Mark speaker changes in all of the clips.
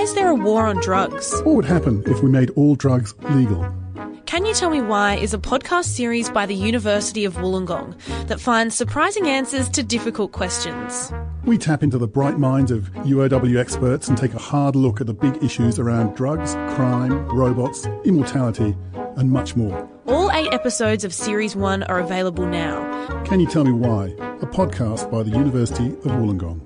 Speaker 1: is there a war on drugs?
Speaker 2: What would happen if we made all drugs legal?
Speaker 1: Can You Tell Me Why is a podcast series by the University of Wollongong that finds surprising answers to difficult questions.
Speaker 2: We tap into the bright minds of UOW experts and take a hard look at the big issues around drugs, crime, robots, immortality, and much more.
Speaker 1: All eight episodes of Series 1 are available now.
Speaker 2: Can You Tell Me Why? A podcast by the University of Wollongong.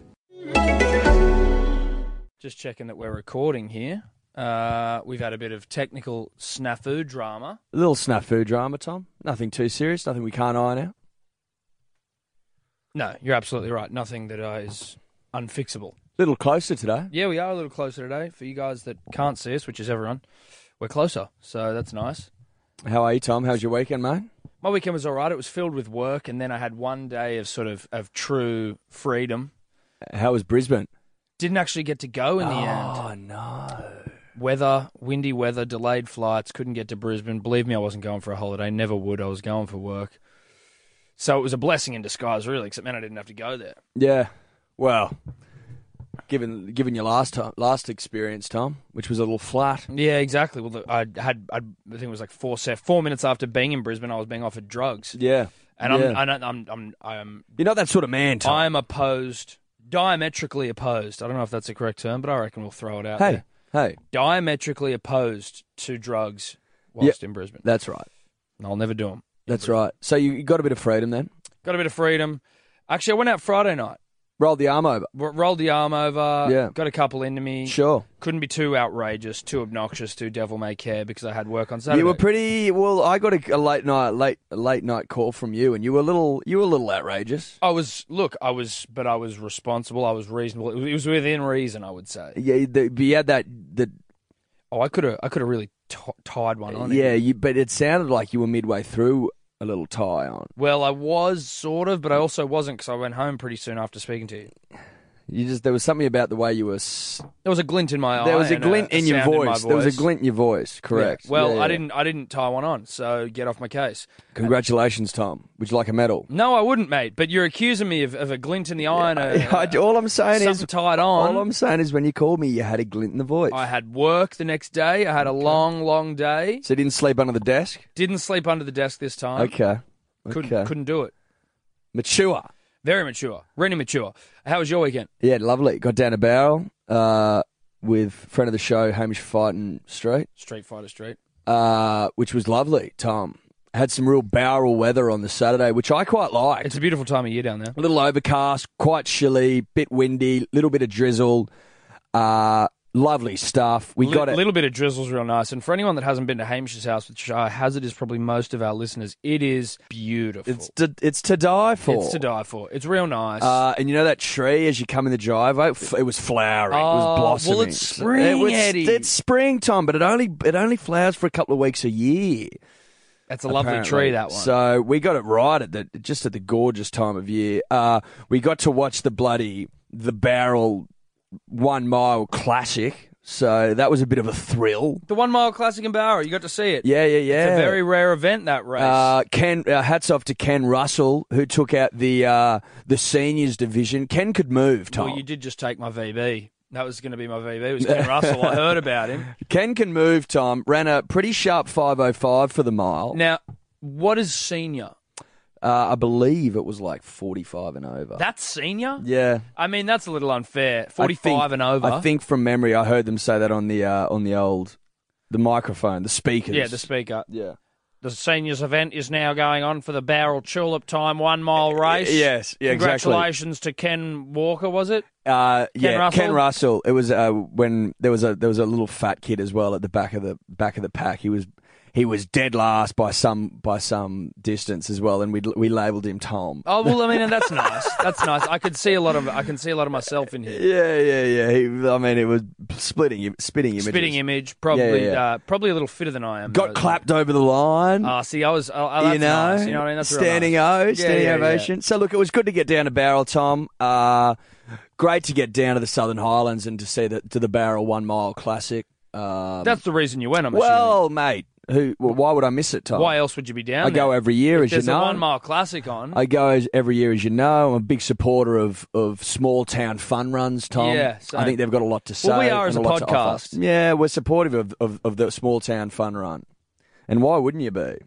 Speaker 3: Just checking that we're recording here. Uh, we've had a bit of technical snafu drama.
Speaker 4: A little snafu drama, Tom. Nothing too serious. Nothing we can't iron out.
Speaker 3: No, you're absolutely right. Nothing that uh, is unfixable.
Speaker 4: Little closer today.
Speaker 3: Yeah, we are a little closer today. For you guys that can't see us, which is everyone, we're closer. So that's nice.
Speaker 4: How are you, Tom? How's your weekend, mate?
Speaker 3: My weekend was all right. It was filled with work, and then I had one day of sort of, of true freedom.
Speaker 4: How was Brisbane?
Speaker 3: Didn't actually get to go in the end.
Speaker 4: Oh no.
Speaker 3: Weather, windy weather, delayed flights, couldn't get to Brisbane. Believe me, I wasn't going for a holiday. Never would. I was going for work. So it was a blessing in disguise, really, except man, I didn't have to go there.
Speaker 4: Yeah. Well, given given your last time, last experience, Tom, which was a little flat.
Speaker 3: Yeah, exactly. Well, look, I had I'd, I think it was like four se- four minutes after being in Brisbane, I was being offered drugs,
Speaker 4: Yeah.
Speaker 3: and
Speaker 4: yeah.
Speaker 3: I'm, I don't, I'm I'm I'm
Speaker 4: You're not that sort of man, Tom.
Speaker 3: I'm opposed, diametrically opposed. I don't know if that's the correct term, but I reckon we'll throw it out.
Speaker 4: hey,
Speaker 3: there.
Speaker 4: hey.
Speaker 3: diametrically opposed to drugs whilst in Brisbane.
Speaker 4: That's right.
Speaker 3: And I'll never do them.
Speaker 4: That's right. So you, you got a bit of freedom then.
Speaker 3: Got a bit of freedom. Actually, I went out Friday night.
Speaker 4: Rolled the arm over.
Speaker 3: R- rolled the arm over.
Speaker 4: Yeah.
Speaker 3: Got a couple into me.
Speaker 4: Sure.
Speaker 3: Couldn't be too outrageous, too obnoxious, too devil may care because I had work on Saturday.
Speaker 4: You were pretty well. I got a, a late night late late night call from you, and you were a little you were a little outrageous.
Speaker 3: I was look. I was, but I was responsible. I was reasonable. It was, it was within reason, I would say.
Speaker 4: Yeah, the, but you had that the
Speaker 3: Oh, I could have. I could have really t- tied one on.
Speaker 4: yeah.
Speaker 3: It.
Speaker 4: You, but it sounded like you were midway through a little tie on.
Speaker 3: Well, I was sort of, but I also wasn't because I went home pretty soon after speaking to you.
Speaker 4: You just there was something about the way you were. s-
Speaker 3: There was a glint in my eye.
Speaker 4: There was a
Speaker 3: Oh, and
Speaker 4: glint in your
Speaker 3: sound my
Speaker 4: voice. There was a
Speaker 3: voice.
Speaker 4: glint in your voice. Correct.
Speaker 3: Yeah. Well,
Speaker 4: Yeah, yeah.
Speaker 3: I didn't. I didn't tie one on. So get off my case.
Speaker 4: Congratulations, Tom. Would you like a medal?
Speaker 3: No, I wouldn't, mate. But you're accusing me of, of a glint in the eye and a,
Speaker 4: I- all I'm saying
Speaker 3: something
Speaker 4: is,
Speaker 3: tied
Speaker 4: all
Speaker 3: Uh, on.
Speaker 4: I'm saying is, when you called me, you had a glint in the voice.
Speaker 3: I had work the next day. I had a long, long day.
Speaker 4: so you didn't sleep under the desk.
Speaker 3: Didn't sleep under the desk this time.
Speaker 4: Okay.
Speaker 3: Couldn't.
Speaker 4: okay.
Speaker 3: Couldn't do it.
Speaker 4: Mature.
Speaker 3: Very mature. Really mature. How was your weekend?
Speaker 4: Yeah, lovely. Got down a barrel uh, with friend of the show, Hamish Fighton Street,
Speaker 3: Street Fighter Street.
Speaker 4: uh, which was lovely, Tom. Had some real barrel weather on the Saturday, which I quite liked.
Speaker 3: It's a beautiful time of year down there.
Speaker 4: a little overcast, quite chilly, bit windy, little bit of drizzle. Uh, lovely stuff. We
Speaker 3: A
Speaker 4: got it.
Speaker 3: little bit of drizzle's real nice. And for anyone that hasn't been to Hamish's house, which I hazard is probably most of our listeners, it is beautiful.
Speaker 4: it's to, it's to die for.
Speaker 3: It's to die for. It's real nice.
Speaker 4: Uh, and you know that tree as you come in the driveway, F- it was flowering, it
Speaker 3: Oh, well,
Speaker 4: was blossoming.
Speaker 3: it's spring,
Speaker 4: it was,
Speaker 3: Eddie.
Speaker 4: It's springtime, but it only it only flowers for a couple of weeks a year.
Speaker 3: That's a lovely
Speaker 4: apparently.
Speaker 3: tree, that one.
Speaker 4: So we got it right at the just at the gorgeous time of year. Uh, we got to watch the bloody the barrel one mile classic. So that was a bit of a thrill.
Speaker 3: the one mile classic in Barrow, you got to see it.
Speaker 4: Yeah, yeah, yeah.
Speaker 3: It's a very rare event, that race.
Speaker 4: Uh, Ken, uh, hats off to Ken Russell who took out the uh, the seniors division. Ken could move, Tom.
Speaker 3: well, you did just take my VB. That was going to be my VB. It was Ken Russell. I heard about him.
Speaker 4: Ken can move, Tom. Ran a pretty sharp 505 for the mile.
Speaker 3: Now, what is senior?
Speaker 4: Uh, I believe it was like 45 and over.
Speaker 3: That's senior?
Speaker 4: yeah.
Speaker 3: I mean, that's a little unfair.
Speaker 4: I
Speaker 3: 45
Speaker 4: think-
Speaker 3: and over.
Speaker 4: I think from memory, I heard them say that on the uh, on the old the microphone, the speakers.
Speaker 3: Yeah, the speaker.
Speaker 4: yeah.
Speaker 3: The seniors event is now going on for the Barrel Tulip Time one mile race.
Speaker 4: Yes, yeah, exactly.
Speaker 3: Congratulations to Ken Walker, was it?
Speaker 4: Uh, yeah,
Speaker 3: Russell?
Speaker 4: Ken Russell. It was uh, when there was a there was a little fat kid as well at the back of the back of the pack. He was he was dead last by some by some distance as well, and we we labelled him Tom.
Speaker 3: Oh well, I mean, and that's nice. That's nice. I could see a lot of I can see a lot of myself in here.
Speaker 4: Yeah, yeah, yeah. He, I mean, it was splitting im- spitting images.
Speaker 3: Spitting image, probably
Speaker 4: Yeah, yeah, yeah.
Speaker 3: Uh, probably a little fitter than I am.
Speaker 4: Got
Speaker 3: though.
Speaker 4: clapped over the line.
Speaker 3: Ah, see, I was. Oh, oh, that's
Speaker 4: you know,
Speaker 3: nice. You know what I mean? That's real
Speaker 4: standing
Speaker 3: nice.
Speaker 4: O,
Speaker 3: Yeah,
Speaker 4: standing
Speaker 3: yeah, yeah.
Speaker 4: ovation. So look, it was good to get down to Barrel, Tom. Uh, great to get down to the Southern Highlands and to see the to the Barrel One Mile Classic. Um,
Speaker 3: That's the reason you went. I'm
Speaker 4: well, mate. Who? Well, why would I miss it, Tom?
Speaker 3: Why else would you be down
Speaker 4: I
Speaker 3: there?
Speaker 4: go every year,
Speaker 3: If
Speaker 4: as
Speaker 3: there's
Speaker 4: you know.
Speaker 3: a one mile classic on.
Speaker 4: I go as, every year, as you know. I'm a big supporter of, of small town fun runs, Tom.
Speaker 3: Yeah, same.
Speaker 4: I think they've got a lot to say.
Speaker 3: Well, we are
Speaker 4: and
Speaker 3: as a
Speaker 4: lot to offer.
Speaker 3: podcast.
Speaker 4: Yeah, we're supportive of, of, of the small town fun run. And why wouldn't you be?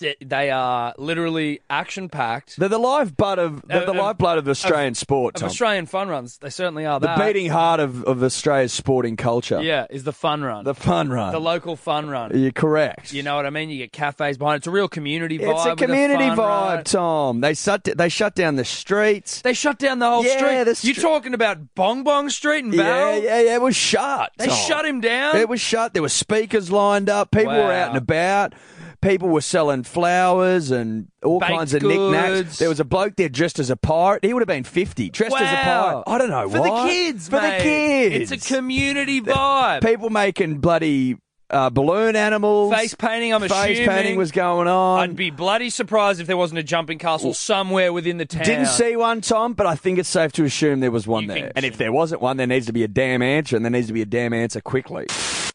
Speaker 3: Th- they are literally action packed.
Speaker 4: They're the lifeblood of they're the
Speaker 3: Of- of-
Speaker 4: lifeblood of Australian sport,
Speaker 3: Of
Speaker 4: Tom.
Speaker 3: Australian fun runs, they certainly are.
Speaker 4: the
Speaker 3: that.
Speaker 4: beating heart of, of Australia's sporting culture.
Speaker 3: yeah, is the fun run,
Speaker 4: The fun run.
Speaker 3: The local fun run.
Speaker 4: You're correct.
Speaker 3: You know what I mean? You get cafes behind. it. It's a real community vibe.
Speaker 4: it's a
Speaker 3: with
Speaker 4: community
Speaker 3: fun
Speaker 4: vibe,
Speaker 3: run.
Speaker 4: Tom. They shut they shut down the streets.
Speaker 3: They shut down the whole
Speaker 4: Yeah,
Speaker 3: street.
Speaker 4: the str-
Speaker 3: You're talking about Bong Bong Street in
Speaker 4: Yeah,
Speaker 3: Barrel?
Speaker 4: yeah, yeah. It was shut.
Speaker 3: They
Speaker 4: Tom.
Speaker 3: shut him down.
Speaker 4: It was shut. There were speakers lined up. People were
Speaker 3: Wow.
Speaker 4: out and about. People were selling flowers and all
Speaker 3: Baked
Speaker 4: kinds of knickknacks.
Speaker 3: goods.
Speaker 4: There was a bloke there dressed as a pirate. He would have been fifty, dressed as a pirate.
Speaker 3: Wow.
Speaker 4: I don't know
Speaker 3: for
Speaker 4: why.
Speaker 3: the kids,
Speaker 4: For
Speaker 3: mate.
Speaker 4: the kids.
Speaker 3: It's a community vibe.
Speaker 4: people making bloody uh, balloon animals.
Speaker 3: Face painting, I'm
Speaker 4: Face
Speaker 3: assuming.
Speaker 4: painting was going on.
Speaker 3: I'd be bloody surprised if there wasn't a jumping castle somewhere within the town.
Speaker 4: Didn't see one, Tom, but I think it's safe to assume there was one
Speaker 3: You
Speaker 4: there.
Speaker 3: think-
Speaker 4: And if there wasn't one, there needs to be a damn answer, and there needs to be a damn answer quickly.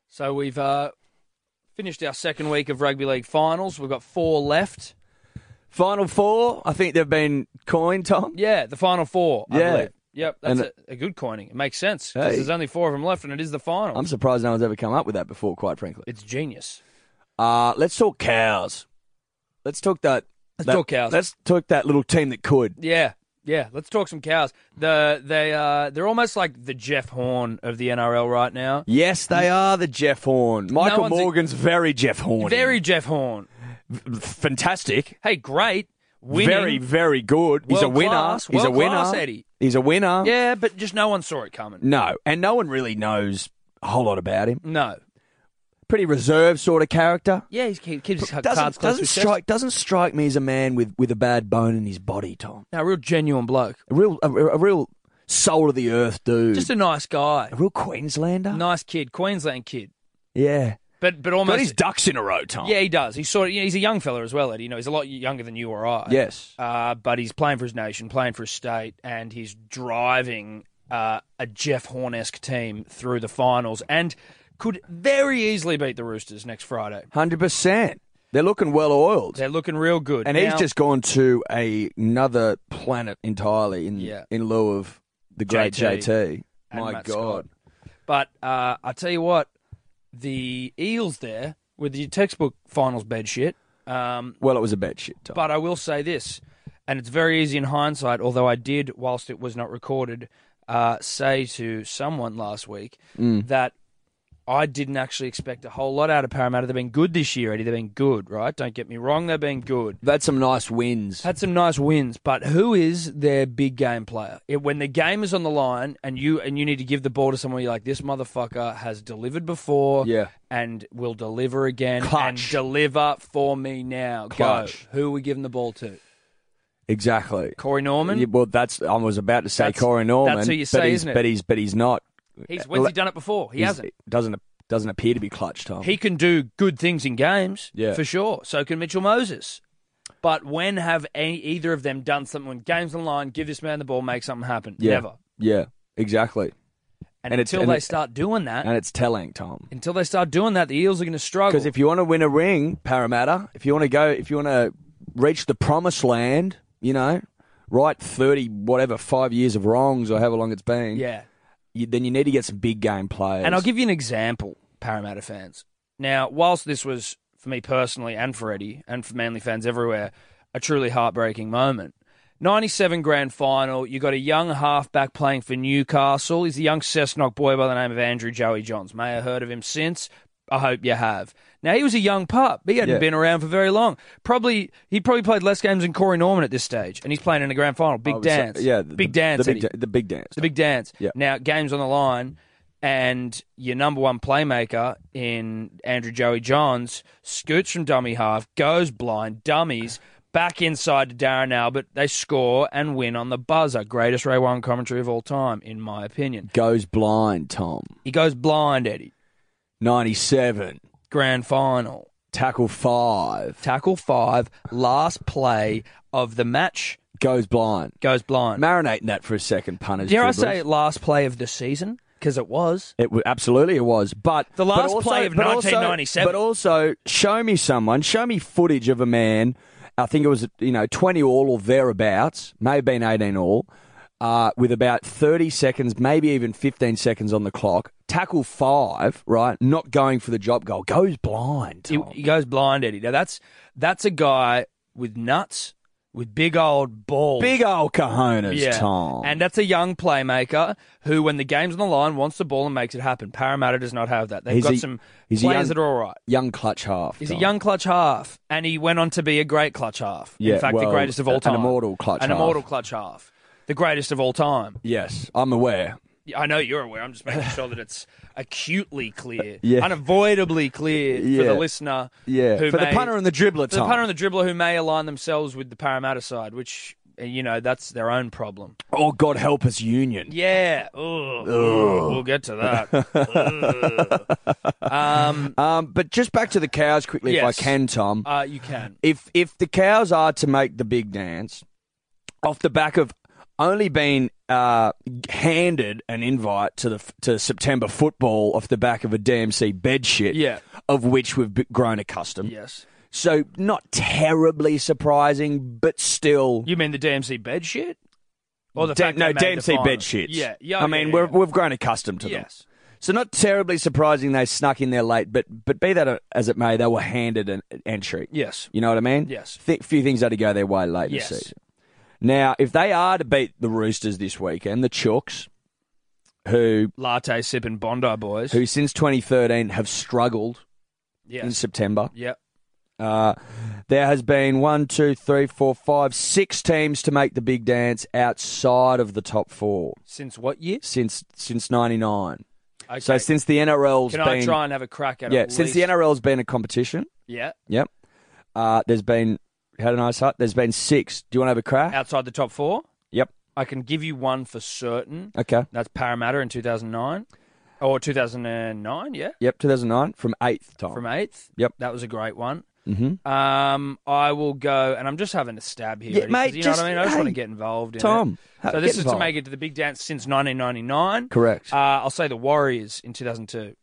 Speaker 3: So we've uh, finished our second week of rugby league finals. We've got four left.
Speaker 4: Final four, I think they've been coined, Tom.
Speaker 3: Yeah, the final four. I
Speaker 4: Yeah.
Speaker 3: believe. Yep, that's
Speaker 4: And-
Speaker 3: a, a good coining. It makes sense because
Speaker 4: Hey.
Speaker 3: there's only four of them left, and it is the final.
Speaker 4: I'm surprised no one's ever come up with that before, quite frankly.
Speaker 3: It's genius.
Speaker 4: Uh, let's talk cows. Let's talk that.
Speaker 3: Let's
Speaker 4: that-
Speaker 3: talk cows.
Speaker 4: Let's talk that little team that could.
Speaker 3: Yeah, yeah. Let's talk some cows. The they uh, they're almost like the Jeff Horn of the NRL right now.
Speaker 4: Yes, they are the Jeff Horn. Michael
Speaker 3: Mm. one's a-
Speaker 4: Morgan's very Jeff Horn.
Speaker 3: Very Jeff Horn.
Speaker 4: fantastic.
Speaker 3: Hey, great. Winning.
Speaker 4: Very, very good. He's a
Speaker 3: World
Speaker 4: winner.
Speaker 3: class,
Speaker 4: He's a
Speaker 3: world
Speaker 4: winner.
Speaker 3: class, Eddie.
Speaker 4: He's a winner.
Speaker 3: Yeah, but just no one saw it coming.
Speaker 4: No, and no one really knows a whole lot about him.
Speaker 3: No.
Speaker 4: Pretty reserved sort of character.
Speaker 3: Yeah, he keep- keeps his cards
Speaker 4: Doesn't,
Speaker 3: close to
Speaker 4: doesn't
Speaker 3: his
Speaker 4: strike doesn't strike me as a man with, with a bad bone in his body, Tom.
Speaker 3: chest. No, real genuine bloke.
Speaker 4: A real a, a real soul of the earth dude.
Speaker 3: Just a nice guy.
Speaker 4: a real Queenslander.
Speaker 3: Nice kid, Queensland kid.
Speaker 4: Yeah,
Speaker 3: But but
Speaker 4: got his
Speaker 3: almost
Speaker 4: ducks in a row, Tom.
Speaker 3: yeah, he does. He's sort of you know, he's a young fella as well, Eddie. You know, he's a lot younger than you or I.
Speaker 4: Yes.
Speaker 3: Uh, but he's playing for his nation, playing for his state, and he's driving uh, a Jeff Horn esque team through the finals and could very easily beat the Roosters next Friday.
Speaker 4: hundred percent. They're looking well oiled,
Speaker 3: They're looking real good.
Speaker 4: and he's
Speaker 3: Now-
Speaker 4: just gone to a, another planet entirely in
Speaker 3: Yeah.
Speaker 4: in lieu of the great
Speaker 3: JT.
Speaker 4: JT.
Speaker 3: And
Speaker 4: My
Speaker 3: Matt
Speaker 4: God,
Speaker 3: But uh, I tell you what, the Eels there with your textbook finals bed shit. Um,
Speaker 4: well, it was a bad shit, Tom.
Speaker 3: but I will say this, and it's very easy in hindsight, although I did, whilst it was not recorded, uh, say to someone last week that I didn't actually expect a whole lot out of Parramatta. They've been good this year, Eddie. They've been good, right? Don't get me wrong, they've been good.
Speaker 4: They've had some nice wins.
Speaker 3: Had some nice wins, but who is their big game player? It, when the game is on the line and you and you need to give the ball to someone, you're like, this motherfucker has delivered before,
Speaker 4: Yeah.
Speaker 3: and will deliver again, and
Speaker 4: Clutch.
Speaker 3: deliver for me now.
Speaker 4: Clutch.
Speaker 3: Go. Who are we giving the ball to?
Speaker 4: Exactly.
Speaker 3: Corey Norman.
Speaker 4: Yeah, well, that's I was about to say
Speaker 3: That's-
Speaker 4: Corey Norman.
Speaker 3: that's who you
Speaker 4: but
Speaker 3: say,
Speaker 4: he's,
Speaker 3: isn't it?
Speaker 4: But he's but he's not. Uh,
Speaker 3: He's when's he done it before? He
Speaker 4: He's-
Speaker 3: hasn't.
Speaker 4: Doesn't doesn't appear to be clutch, Tom.
Speaker 3: He can do good things in games,
Speaker 4: Yeah.
Speaker 3: for sure. So can Mitchell Moses. But when have any, either of them done something when games on the line? Give this man the ball, make something happen.
Speaker 4: yeah.
Speaker 3: Never.
Speaker 4: Yeah, exactly.
Speaker 3: And,
Speaker 4: And it's-
Speaker 3: until
Speaker 4: and
Speaker 3: they
Speaker 4: it-
Speaker 3: start doing that,
Speaker 4: And it's telling, Tom.
Speaker 3: until they start doing that, the Eels are going to struggle.
Speaker 4: Because if you want to win a ring, Parramatta, if you want to go, if you want to reach the promised land, you know, right thirty whatever five years of wrongs or however long it's been,
Speaker 3: yeah,
Speaker 4: you, then you need to get some big game players.
Speaker 3: And I'll give you an example, Parramatta fans. Now, whilst this was for me personally and for Eddie and for Manly fans everywhere, a truly heartbreaking moment. 97 grand final, you got a young halfback playing for Newcastle. He's a young Cessnock boy by the name of Andrew Joey Johns. May have heard of him since. I hope you have. Now he was a young pup. He hadn't
Speaker 4: Yeah.
Speaker 3: been around for very long. Probably he probably played less games than Corey Norman at this stage, and he's playing in the grand final. Big
Speaker 4: I would say-
Speaker 3: dance,
Speaker 4: yeah, the-
Speaker 3: big dance.
Speaker 4: the
Speaker 3: Eddie.
Speaker 4: big, da- the big dance.
Speaker 3: It's a big dance.
Speaker 4: Yeah.
Speaker 3: Now, games on the line, and your number one playmaker in Andrew Joey Johns scoots from dummy half, goes blind, dummies back inside to Darren Albert. They score and win on the buzzer. Greatest Ray One commentary of all time, in my opinion.
Speaker 4: Goes blind, Tom.
Speaker 3: He goes blind, Eddie.
Speaker 4: Ninety-seven
Speaker 3: Grand final.
Speaker 4: tackle five.
Speaker 3: Tackle five, last play of the match,
Speaker 4: goes blind.
Speaker 3: goes blind.
Speaker 4: Marinating that for a second, punters.
Speaker 3: Dare I
Speaker 4: dribblers.
Speaker 3: say last play of the season? because it was.
Speaker 4: It wa- absolutely it was, but
Speaker 3: The
Speaker 4: but
Speaker 3: last
Speaker 4: also-
Speaker 3: play of
Speaker 4: but also-
Speaker 3: 1997.
Speaker 4: But also, show me someone, show me footage of a man. I think it was you know twenty all or thereabouts, may have been eighteen all, uh, with about thirty seconds, maybe even fifteen seconds on the clock. Tackle five, right? Not going for the job goal, goes blind.
Speaker 3: He,
Speaker 4: Tom.
Speaker 3: he goes blind, Eddie. Now that's that's a guy with nuts, with big old balls,
Speaker 4: Big old cojones, Tom.
Speaker 3: And uh, that's a young playmaker who, when the game's on the line, wants the ball and makes it happen. Parramatta does not have that. They've
Speaker 4: He's
Speaker 3: got
Speaker 4: a-
Speaker 3: some
Speaker 4: he's a
Speaker 3: players
Speaker 4: young-
Speaker 3: that are all right.
Speaker 4: young clutch half.
Speaker 3: He's
Speaker 4: Tom.
Speaker 3: a young clutch half, and he went on to be a great clutch half.
Speaker 4: Yeah,
Speaker 3: in fact,
Speaker 4: well,
Speaker 3: the greatest of all
Speaker 4: an
Speaker 3: time.
Speaker 4: immortal clutch
Speaker 3: An
Speaker 4: half.
Speaker 3: immortal clutch half. The greatest of all time.
Speaker 4: Yes, I'm aware.
Speaker 3: Yeah, I know you're aware. I'm just making sure that it's acutely clear,
Speaker 4: Yeah.
Speaker 3: unavoidably clear for
Speaker 4: Yeah.
Speaker 3: the listener.
Speaker 4: Yeah,
Speaker 3: who
Speaker 4: for the
Speaker 3: may-
Speaker 4: punter and the dribbler,
Speaker 3: for the
Speaker 4: Tom.
Speaker 3: punter and the dribbler who may align themselves with the Parramatta side, which uh, you know that's their own problem.
Speaker 4: oh, God help us, Union.
Speaker 3: Yeah, Ugh. we'll get to that. Ugh. um,
Speaker 4: Um, but just back to the cows quickly,
Speaker 3: Yes.
Speaker 4: if I can, Tom.
Speaker 3: uh, you can.
Speaker 4: if if the cows are to make the big dance, off the back of only being uh, handed an invite to the f- to September football off the back of a DMC bed shit,
Speaker 3: Yeah.
Speaker 4: of which we've b- grown accustomed.
Speaker 3: Yes,
Speaker 4: So not terribly surprising, but still.
Speaker 3: you mean the DMC bed shit, or the
Speaker 4: Da-
Speaker 3: fact
Speaker 4: no,
Speaker 3: they made the
Speaker 4: DMC bed
Speaker 3: finals?
Speaker 4: shits.
Speaker 3: Yeah, yeah.
Speaker 4: I mean,
Speaker 3: yeah,
Speaker 4: we're,
Speaker 3: yeah.
Speaker 4: we've grown accustomed to them.
Speaker 3: yes.
Speaker 4: So not terribly surprising they snuck in there late, but but be that as it may, they were handed an entry.
Speaker 3: Yes.
Speaker 4: You know what I mean?
Speaker 3: Yes.
Speaker 4: Th- few things had to go their way late
Speaker 3: Yes.
Speaker 4: in the season. Now, if they are to beat the Roosters this weekend, the Chooks, who
Speaker 3: Latte sipping Bondi boys.
Speaker 4: who since 2013 have struggled in
Speaker 3: yes.
Speaker 4: September,
Speaker 3: Yep.
Speaker 4: uh, there has been one, two, three, four, five, six teams to make the big dance outside of the top four
Speaker 3: Since what year?
Speaker 4: since since '99.
Speaker 3: Okay.
Speaker 4: So since the NRL's
Speaker 3: Can
Speaker 4: been
Speaker 3: I try and have a crack at it?
Speaker 4: yeah since the NRL's been a competition.
Speaker 3: yeah
Speaker 4: Yep. Uh, there's been had a nice hut. There's been six. Do you want to have a crack?
Speaker 3: outside the top four,
Speaker 4: Yep.
Speaker 3: I can give you one for certain.
Speaker 4: Okay.
Speaker 3: That's Parramatta in 2009 or 2009, yeah,
Speaker 4: Yep. 2009 from eighth time.
Speaker 3: from eighth.
Speaker 4: Yep.
Speaker 3: that was a great one.
Speaker 4: mm-hmm.
Speaker 3: Um, I will go, and I'm just having a stab here,
Speaker 4: Yeah,
Speaker 3: Eddie, 'cause
Speaker 4: mate,
Speaker 3: You
Speaker 4: just-
Speaker 3: know what I mean? I just want to
Speaker 4: hey,
Speaker 3: get involved. In
Speaker 4: Tom,
Speaker 3: it.
Speaker 4: ha-
Speaker 3: so this
Speaker 4: get
Speaker 3: is to
Speaker 4: involved.
Speaker 3: make it to the big dance since 1999.
Speaker 4: Correct.
Speaker 3: Uh, I'll say the Warriors in 2002.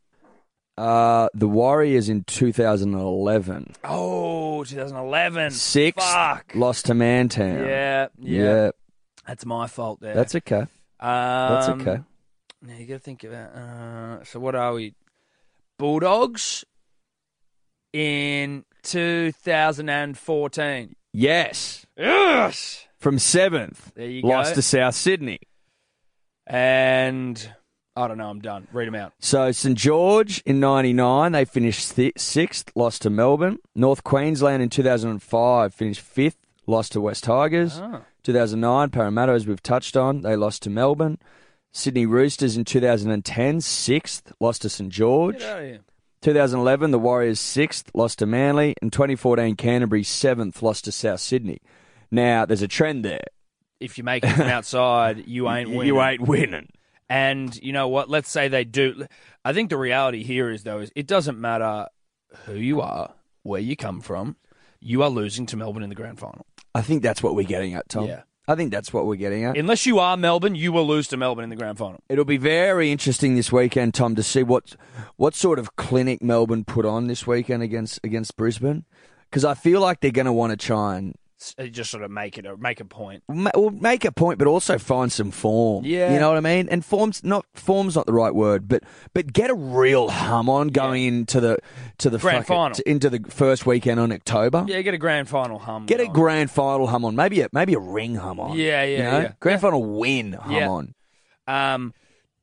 Speaker 4: Uh, the Warriors in 2011
Speaker 3: Oh, 2011.
Speaker 4: six
Speaker 3: Fuck.
Speaker 4: lost to Mantown.
Speaker 3: Yeah, yeah,
Speaker 4: Yeah.
Speaker 3: That's my fault there.
Speaker 4: That's okay. That's
Speaker 3: Um,
Speaker 4: okay.
Speaker 3: Now you got to think about. Uh, so what are we? Bulldogs in 2014.
Speaker 4: Yes.
Speaker 3: Yes.
Speaker 4: From seventh,
Speaker 3: There you
Speaker 4: lost
Speaker 3: go.
Speaker 4: to South Sydney.
Speaker 3: And I don't know. I'm done. Read them out.
Speaker 4: So St George in '99 they finished th- sixth, lost to Melbourne. North Queensland in 2005 finished fifth, lost to West Tigers.
Speaker 3: Ah.
Speaker 4: 2009 Parramatta, as we've touched on, they lost to Melbourne. Sydney Roosters in 2010 sixth, lost to St George.
Speaker 3: Get out of here.
Speaker 4: 2011 the Warriors sixth, lost to Manly. And 2014 Canterbury seventh, lost to South Sydney. Now there's a trend there.
Speaker 3: If you make it from outside, you ain't winning.
Speaker 4: You ain't winning.
Speaker 3: And you know what? Let's say they do. I think the reality here is though is it doesn't matter who you are, where you come from. You are losing to Melbourne in the grand final.
Speaker 4: I think that's what we're getting at, Tom.
Speaker 3: Yeah.
Speaker 4: I think that's what we're getting at.
Speaker 3: Unless you are Melbourne, you will lose to Melbourne in the grand final.
Speaker 4: It'll be very interesting this weekend, Tom, to see what what sort of clinic Melbourne put on this weekend against against Brisbane, because I feel like they're going to want to try and
Speaker 3: s- uh, just sort of make it a, make a point.
Speaker 4: ma- well, make a point, but also find some form.
Speaker 3: Yeah.
Speaker 4: you know what I mean. And forms not form's not the right word, but but get a real hum on going into the to the
Speaker 3: Grand
Speaker 4: fucking-
Speaker 3: final.
Speaker 4: to- into the first weekend on October.
Speaker 3: Yeah, get a grand final hum.
Speaker 4: Get a
Speaker 3: going.
Speaker 4: grand final hum on, maybe a maybe a ring hum on.
Speaker 3: Yeah,
Speaker 4: you
Speaker 3: yeah,
Speaker 4: know?
Speaker 3: yeah.
Speaker 4: Grand final win hum
Speaker 3: Yeah.
Speaker 4: on.
Speaker 3: Um,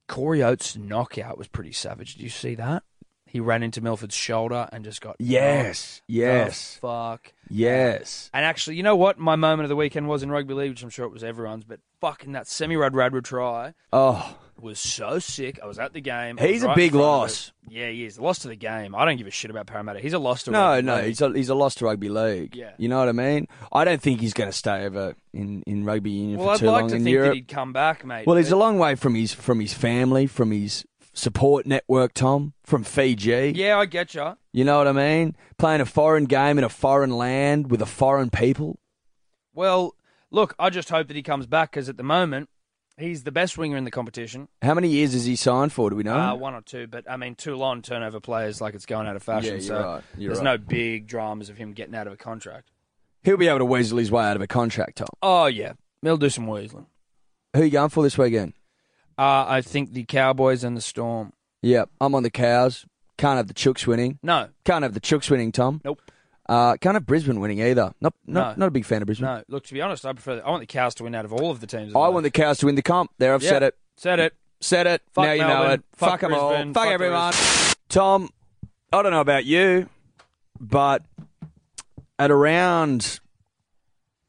Speaker 3: Corey Oates' knockout was pretty savage. Did you see that? He ran into Milford's shoulder and just got
Speaker 4: Yes,
Speaker 3: knocked the
Speaker 4: yes,
Speaker 3: fuck.
Speaker 4: yes.
Speaker 3: And actually, you know what? My moment of the weekend was in rugby league, which I'm sure it was everyone's. But fucking that semi-rad Radwood try
Speaker 4: Oh.
Speaker 3: was so sick. I was at the game. I
Speaker 4: He's
Speaker 3: was
Speaker 4: a
Speaker 3: right
Speaker 4: big
Speaker 3: in front of
Speaker 4: loss.
Speaker 3: it. Yeah, he is. Loss to the game. I don't give a shit about Parramatta. He's a loss to
Speaker 4: No,
Speaker 3: rugby
Speaker 4: no,
Speaker 3: league.
Speaker 4: he's a, he's a loss to rugby league.
Speaker 3: Yeah.
Speaker 4: You know what I mean? I don't think he's going to stay over in, in rugby union
Speaker 3: Well,
Speaker 4: for
Speaker 3: I'd
Speaker 4: too
Speaker 3: like
Speaker 4: long
Speaker 3: to
Speaker 4: in
Speaker 3: think that
Speaker 4: Europe.
Speaker 3: he'd come back, mate.
Speaker 4: well, he's
Speaker 3: but-
Speaker 4: a long way from his from his family, from his support network, Tom, from Fiji.
Speaker 3: Yeah, I get you.
Speaker 4: You know what I mean? Playing a foreign game in a foreign land with a foreign people.
Speaker 3: Well, look, I just hope that he comes back because at the moment, He's the best winger in the competition.
Speaker 4: How many years is he signed for? Do we know?
Speaker 3: Uh, one or two, but I mean, Toulon turnover players like it's going out of fashion.
Speaker 4: you're
Speaker 3: so
Speaker 4: right, you're
Speaker 3: there's
Speaker 4: right.
Speaker 3: no big dramas of him getting out of a contract.
Speaker 4: He'll be able to weasel his way out of a contract, Tom.
Speaker 3: Oh yeah, he'll do some weaseling.
Speaker 4: Who you going for this weekend?
Speaker 3: Uh, I think the Cowboys and the Storm.
Speaker 4: Yep, I'm on the cows. Can't have the Chooks winning.
Speaker 3: No,
Speaker 4: Can't have the Chooks winning, Tom.
Speaker 3: nope,
Speaker 4: Uh, can't have Brisbane winning either. Not,
Speaker 3: No.
Speaker 4: not, not a big fan of Brisbane.
Speaker 3: no. Look, to be honest, I prefer. I want the Cows to win out of all of the teams.
Speaker 4: I want the cows to win the comp. There, I've said it.
Speaker 3: Said it.
Speaker 4: Said it.
Speaker 3: Fuck
Speaker 4: now you know
Speaker 3: Melbourne,
Speaker 4: it.
Speaker 3: fuck
Speaker 4: Fuck them all.
Speaker 3: Brisbane,
Speaker 4: Fuck,
Speaker 3: fuck the
Speaker 4: everyone. Tom, I don't know about you, but at around,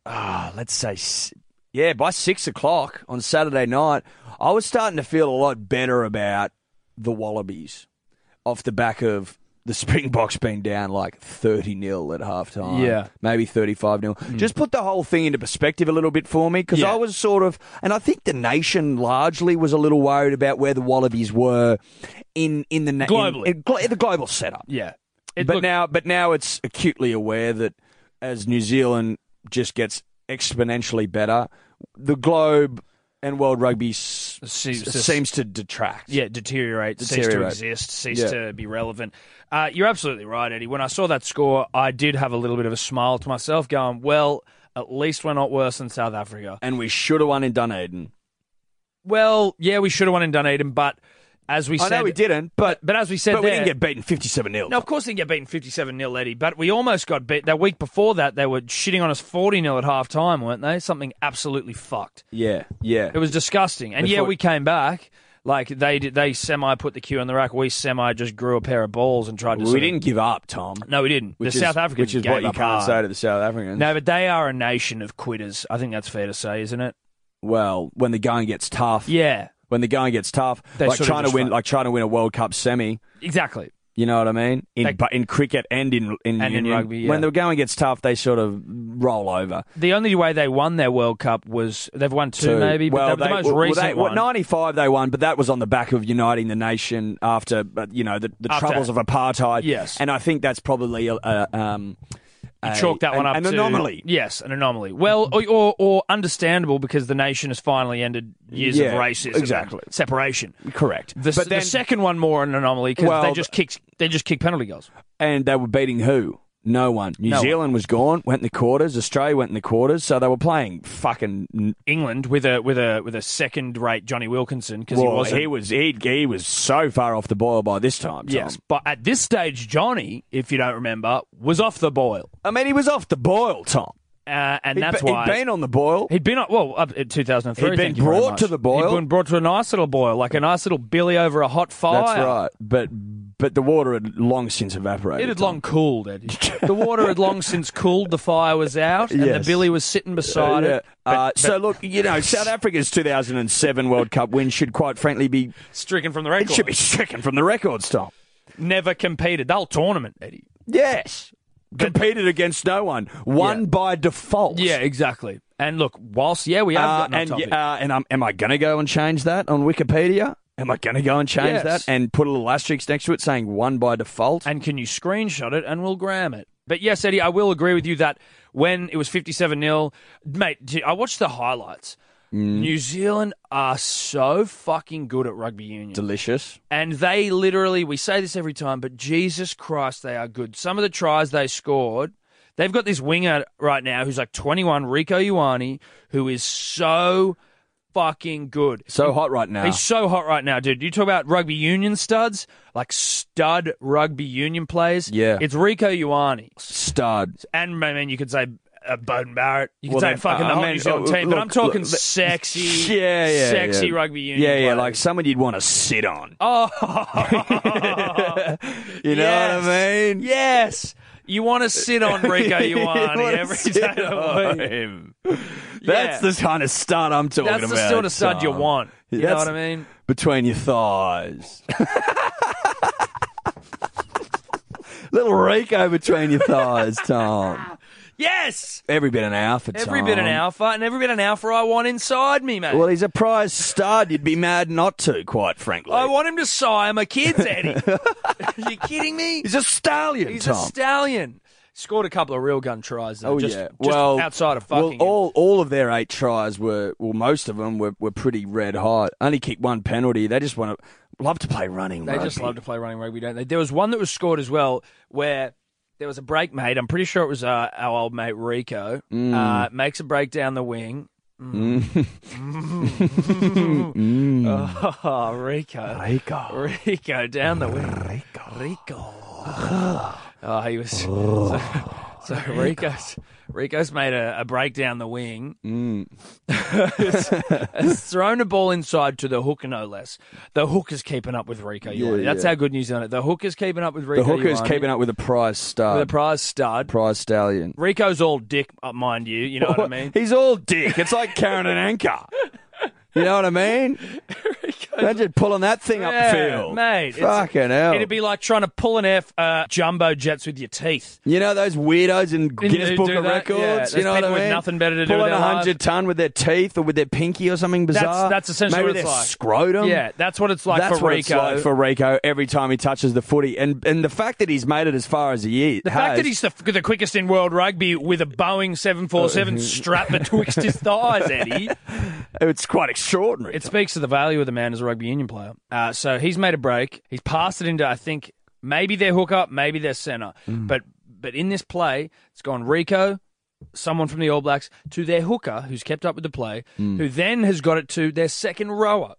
Speaker 4: ah, let's say, s- yeah, by six o'clock on Saturday night, I was starting to feel a lot better about the Wallabies off the back of the Springboks being down like 30 0 at halftime.
Speaker 3: Yeah.
Speaker 4: Maybe 35 0. Just put the whole thing into perspective a little bit for me because
Speaker 3: Hmm. Yeah.
Speaker 4: I was sort of, and I think the nation largely was a little worried about where the Wallabies were in, in the na- in-
Speaker 3: Globally.
Speaker 4: in glo- the global setup.
Speaker 3: Yeah, It-
Speaker 4: but
Speaker 3: look,
Speaker 4: now, but now it's acutely aware that as New Zealand just gets exponentially better, the globe and world rugby s-
Speaker 3: Seems to-
Speaker 4: s- seems to detract.
Speaker 3: Yeah, deteriorate, cease to
Speaker 4: Deteriorate.
Speaker 3: exist, cease
Speaker 4: Yeah.
Speaker 3: to be relevant. Uh, you're absolutely right, Eddie. When I saw that score, I did have a little bit of a smile to myself, going, "Well, at least we're not worse than South Africa."
Speaker 4: and we should have won in Dunedin.
Speaker 3: Well, yeah, we should have won in Dunedin, but as we
Speaker 4: I
Speaker 3: said,
Speaker 4: know we didn't, but
Speaker 3: But as we said,
Speaker 4: but we didn't
Speaker 3: there-
Speaker 4: get beaten fifty-seven 0
Speaker 3: No, of course they didn't get beaten 57 0, Eddie, but we almost got beat. That week before that, they were shitting on us 40 0 at half time, weren't they? Something absolutely fucked.
Speaker 4: Yeah, yeah.
Speaker 3: It was disgusting. And
Speaker 4: They
Speaker 3: yeah,
Speaker 4: fought-
Speaker 3: we came back. Like they did, they semi put the cue on the rack. We semi just grew a pair of balls and tried to.
Speaker 4: we
Speaker 3: sort of-
Speaker 4: didn't give up, Tom.
Speaker 3: No, we didn't.
Speaker 4: Which
Speaker 3: the
Speaker 4: is-
Speaker 3: South Africans,
Speaker 4: which is
Speaker 3: gave
Speaker 4: what you
Speaker 3: up
Speaker 4: can't
Speaker 3: hard.
Speaker 4: say to the South Africans.
Speaker 3: No, but they are a nation of quitters. I think that's fair to say, isn't it?
Speaker 4: Well, when the going gets tough,
Speaker 3: Yeah,
Speaker 4: when the going gets tough,
Speaker 3: They
Speaker 4: like
Speaker 3: sort of
Speaker 4: trying to
Speaker 3: just
Speaker 4: win,
Speaker 3: fuck.
Speaker 4: like trying to win a World Cup semi.
Speaker 3: exactly.
Speaker 4: You know what I mean? In
Speaker 3: They-
Speaker 4: but in cricket and in in,
Speaker 3: And in
Speaker 4: union,
Speaker 3: rugby, yeah.
Speaker 4: when the going gets tough, they sort of roll over.
Speaker 3: The only way they won their World Cup was they've won two,
Speaker 4: to-
Speaker 3: maybe, but
Speaker 4: well,
Speaker 3: the, the
Speaker 4: they-
Speaker 3: most
Speaker 4: well, they-
Speaker 3: recent
Speaker 4: well,
Speaker 3: one.
Speaker 4: 95 they won, but that was on the back of uniting the nation after, uh, you know, the, the
Speaker 3: After-
Speaker 4: troubles of apartheid.
Speaker 3: Yes.
Speaker 4: And I think that's probably a, a, um, a-
Speaker 3: chalk that
Speaker 4: an-
Speaker 3: one up
Speaker 4: An
Speaker 3: to-
Speaker 4: anomaly.
Speaker 3: Yes, an anomaly. Well, or, or, or understandable because the nation has finally ended years
Speaker 4: Yeah,
Speaker 3: of racism, and
Speaker 4: exactly.
Speaker 3: separation.
Speaker 4: Correct.
Speaker 3: The,
Speaker 4: but
Speaker 3: the
Speaker 4: then,
Speaker 3: second one more an anomaly because
Speaker 4: Well,
Speaker 3: they just kick they just kick penalty goals.
Speaker 4: and they were beating who? No one. New
Speaker 3: No one.
Speaker 4: Zealand was gone, went in the quarters. Australia went in the quarters, so they were playing fucking.
Speaker 3: England with a with a with a second rate Johnny Wilkinson because
Speaker 4: well,
Speaker 3: he wasn't.
Speaker 4: he was he, he was so far off the boil by this time. Tom.
Speaker 3: yes, but at this stage, Johnny, if you don't remember, was off the boil,
Speaker 4: I mean he was off the boil, Tom.
Speaker 3: uh, and
Speaker 4: He'd
Speaker 3: that's
Speaker 4: be-
Speaker 3: why
Speaker 4: he'd been on the boil.
Speaker 3: He'd been well up in 2003.
Speaker 4: He'd been
Speaker 3: thank you very
Speaker 4: brought
Speaker 3: much.
Speaker 4: to the boil.
Speaker 3: He'd been brought to a nice little boil, like a nice little billy over a hot fire.
Speaker 4: That's right. But but the water had long since evaporated.
Speaker 3: It had
Speaker 4: Tom.
Speaker 3: long cooled, Eddie. the water had long since cooled. The fire was out, and
Speaker 4: Yes.
Speaker 3: the billy was sitting beside
Speaker 4: Yeah.
Speaker 3: it.
Speaker 4: uh, so look, you know, South Africa's 2007 World Cup win should quite frankly be
Speaker 3: Stricken from the
Speaker 4: it
Speaker 3: record.
Speaker 4: should be stricken from the records, Tom.
Speaker 3: Never competed. The whole tournament, Eddie.
Speaker 4: Yes, competed against no one, won
Speaker 3: Yeah.
Speaker 4: by default.
Speaker 3: Yeah, exactly. And look, whilst yeah, we
Speaker 4: uh,
Speaker 3: have
Speaker 4: and uh, and um, am I going to go and change that on Wikipedia? Am I going to go and change
Speaker 3: Yes.
Speaker 4: that and put a little asterisk next to it saying won by default?
Speaker 3: and can you screenshot it and we'll gram it. But yes, Eddie, I will agree with you that when it was 57 0, mate, d- I watched the highlights. New Zealand are so fucking good at rugby union.
Speaker 4: Delicious.
Speaker 3: and they literally, we say this every time, but Jesus Christ, they are good. Some of the tries they scored, they've got this winger right now who's like 21, Rico Ioane, who is so fucking good.
Speaker 4: So hot right now.
Speaker 3: He's so hot right now, dude. You talk about rugby union studs, like stud rugby union players.
Speaker 4: Yeah.
Speaker 3: It's Rico Ioane.
Speaker 4: Stud.
Speaker 3: And, I mean, you could say uh, Bowden Barrett. You could
Speaker 4: Well,
Speaker 3: say
Speaker 4: then,
Speaker 3: fucking
Speaker 4: uh,
Speaker 3: the
Speaker 4: I
Speaker 3: whole
Speaker 4: mean,
Speaker 3: New Zealand
Speaker 4: uh,
Speaker 3: team, but I'm
Speaker 4: look,
Speaker 3: talking
Speaker 4: look, the-
Speaker 3: sexy,
Speaker 4: Yeah, yeah,
Speaker 3: sexy
Speaker 4: yeah.
Speaker 3: rugby union
Speaker 4: Yeah, yeah,
Speaker 3: players.
Speaker 4: like someone you'd want to sit on.
Speaker 3: Oh,
Speaker 4: You know what I
Speaker 3: Yes.
Speaker 4: mean?
Speaker 3: Yes. You want to sit on Rico
Speaker 4: You
Speaker 3: Ioane
Speaker 4: wanna
Speaker 3: every
Speaker 4: sit
Speaker 3: day of the
Speaker 4: on
Speaker 3: week.
Speaker 4: him. That's the kind of stud I'm talking
Speaker 3: That's
Speaker 4: about.
Speaker 3: the sort of stud you
Speaker 4: Tom.
Speaker 3: want. You know
Speaker 4: That's-
Speaker 3: what I mean?
Speaker 4: Between your thighs. Little Rico between your thighs, Tom.
Speaker 3: Yes.
Speaker 4: Every bit an alpha, Tom.
Speaker 3: Every bit an alpha and every bit an alpha I want inside me, mate.
Speaker 4: Well, he's a prize stud. You'd be mad not to, quite frankly.
Speaker 3: I want him to sire my kids, Eddie. Are you kidding me?
Speaker 4: he's a stallion,
Speaker 3: He's
Speaker 4: Tom.
Speaker 3: a stallion. Scored a couple of real gun tries. Though,
Speaker 4: Oh
Speaker 3: just,
Speaker 4: yeah.
Speaker 3: just
Speaker 4: well,
Speaker 3: outside of
Speaker 4: well,
Speaker 3: fucking. him.
Speaker 4: all all of their eight tries were well, most of them were, were pretty red hot. Only kicked one penalty. They just want to love to play running.
Speaker 3: They just
Speaker 4: rugby.
Speaker 3: love to play running rugby, don't they? There was one that was scored as well where there was a break made. I'm pretty sure it was uh, our old mate Rico.
Speaker 4: Mm.
Speaker 3: Uh, makes a break down the wing.
Speaker 4: Mm.
Speaker 3: Mm. Oh, Rico.
Speaker 4: Rico.
Speaker 3: Rico down the wing. Rico. Rico. Oh, he was. So, so Rico's, Rico's made a, a break down the wing.
Speaker 4: Mm.
Speaker 3: has thrown a ball inside to the hooker, no less. The hooker's keeping up with Rico. Yeah, That's
Speaker 4: yeah.
Speaker 3: how good New Zealand The hooker's keeping up with Rico.
Speaker 4: The hooker's
Speaker 3: Ioane.
Speaker 4: keeping up with a prize star,
Speaker 3: With a prize stud.
Speaker 4: prize stallion.
Speaker 3: Rico's all dick, uh, mind you. You know what I mean?
Speaker 4: He's all dick. It's like carrying an anchor. You know what I mean? Imagine pulling that thing up
Speaker 3: Yeah,
Speaker 4: the field.
Speaker 3: mate, it's-
Speaker 4: Fucking hell.
Speaker 3: It'd be like trying to pull an F uh, jumbo jets with your teeth.
Speaker 4: You know those weirdos in Guinness
Speaker 3: who
Speaker 4: Book
Speaker 3: do
Speaker 4: of
Speaker 3: that?
Speaker 4: Records.
Speaker 3: Yeah,
Speaker 4: you
Speaker 3: those
Speaker 4: know what I
Speaker 3: people
Speaker 4: mean?
Speaker 3: with nothing better to do with
Speaker 4: Pulling
Speaker 3: their
Speaker 4: a hundred
Speaker 3: lives.
Speaker 4: ton with their teeth or with their pinky or something bizarre.
Speaker 3: that's essentially
Speaker 4: Maybe
Speaker 3: what it's
Speaker 4: their
Speaker 3: like.
Speaker 4: Scrotum.
Speaker 3: Yeah, that's what it's like
Speaker 4: that's
Speaker 3: for
Speaker 4: what
Speaker 3: Rico.
Speaker 4: it's like for Rico every time he touches the footy, and and the fact that he's made it as far as he is.
Speaker 3: the fact that he's the, the quickest in world rugby with a Boeing 747 strapped betwixt his thighs, Eddie.
Speaker 4: it's quite extraordinary.
Speaker 3: It speaks to the value of the man as a rugby union player. Uh, so he's made a break. He's passed it into, I think, maybe their hooker, maybe their centre. But but in this play, it's gone Rico, someone from the All Blacks, to their hooker, who's kept up with the play, who then has got it to their second rower,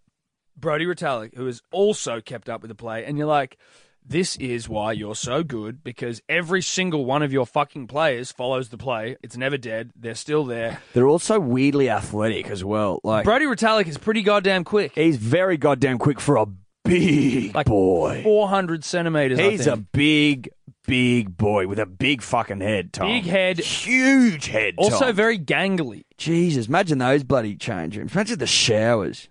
Speaker 3: Brody Retallick, who has also kept up with the play. And you're like, this is why you're so good because every single one of your fucking players follows the play. It's never dead. They're still there.
Speaker 4: They're also weirdly athletic as well. Like
Speaker 3: Brody Retallick is pretty goddamn quick.
Speaker 4: he's very goddamn quick for a big
Speaker 3: like
Speaker 4: boy.
Speaker 3: 400 centimeters.
Speaker 4: He's
Speaker 3: I
Speaker 4: a
Speaker 3: think.
Speaker 4: big, big boy with a big fucking head, Tom.
Speaker 3: Big head.
Speaker 4: Huge head, Tom.
Speaker 3: also very gangly.
Speaker 4: Jesus, imagine those bloody change rooms. Imagine the showers.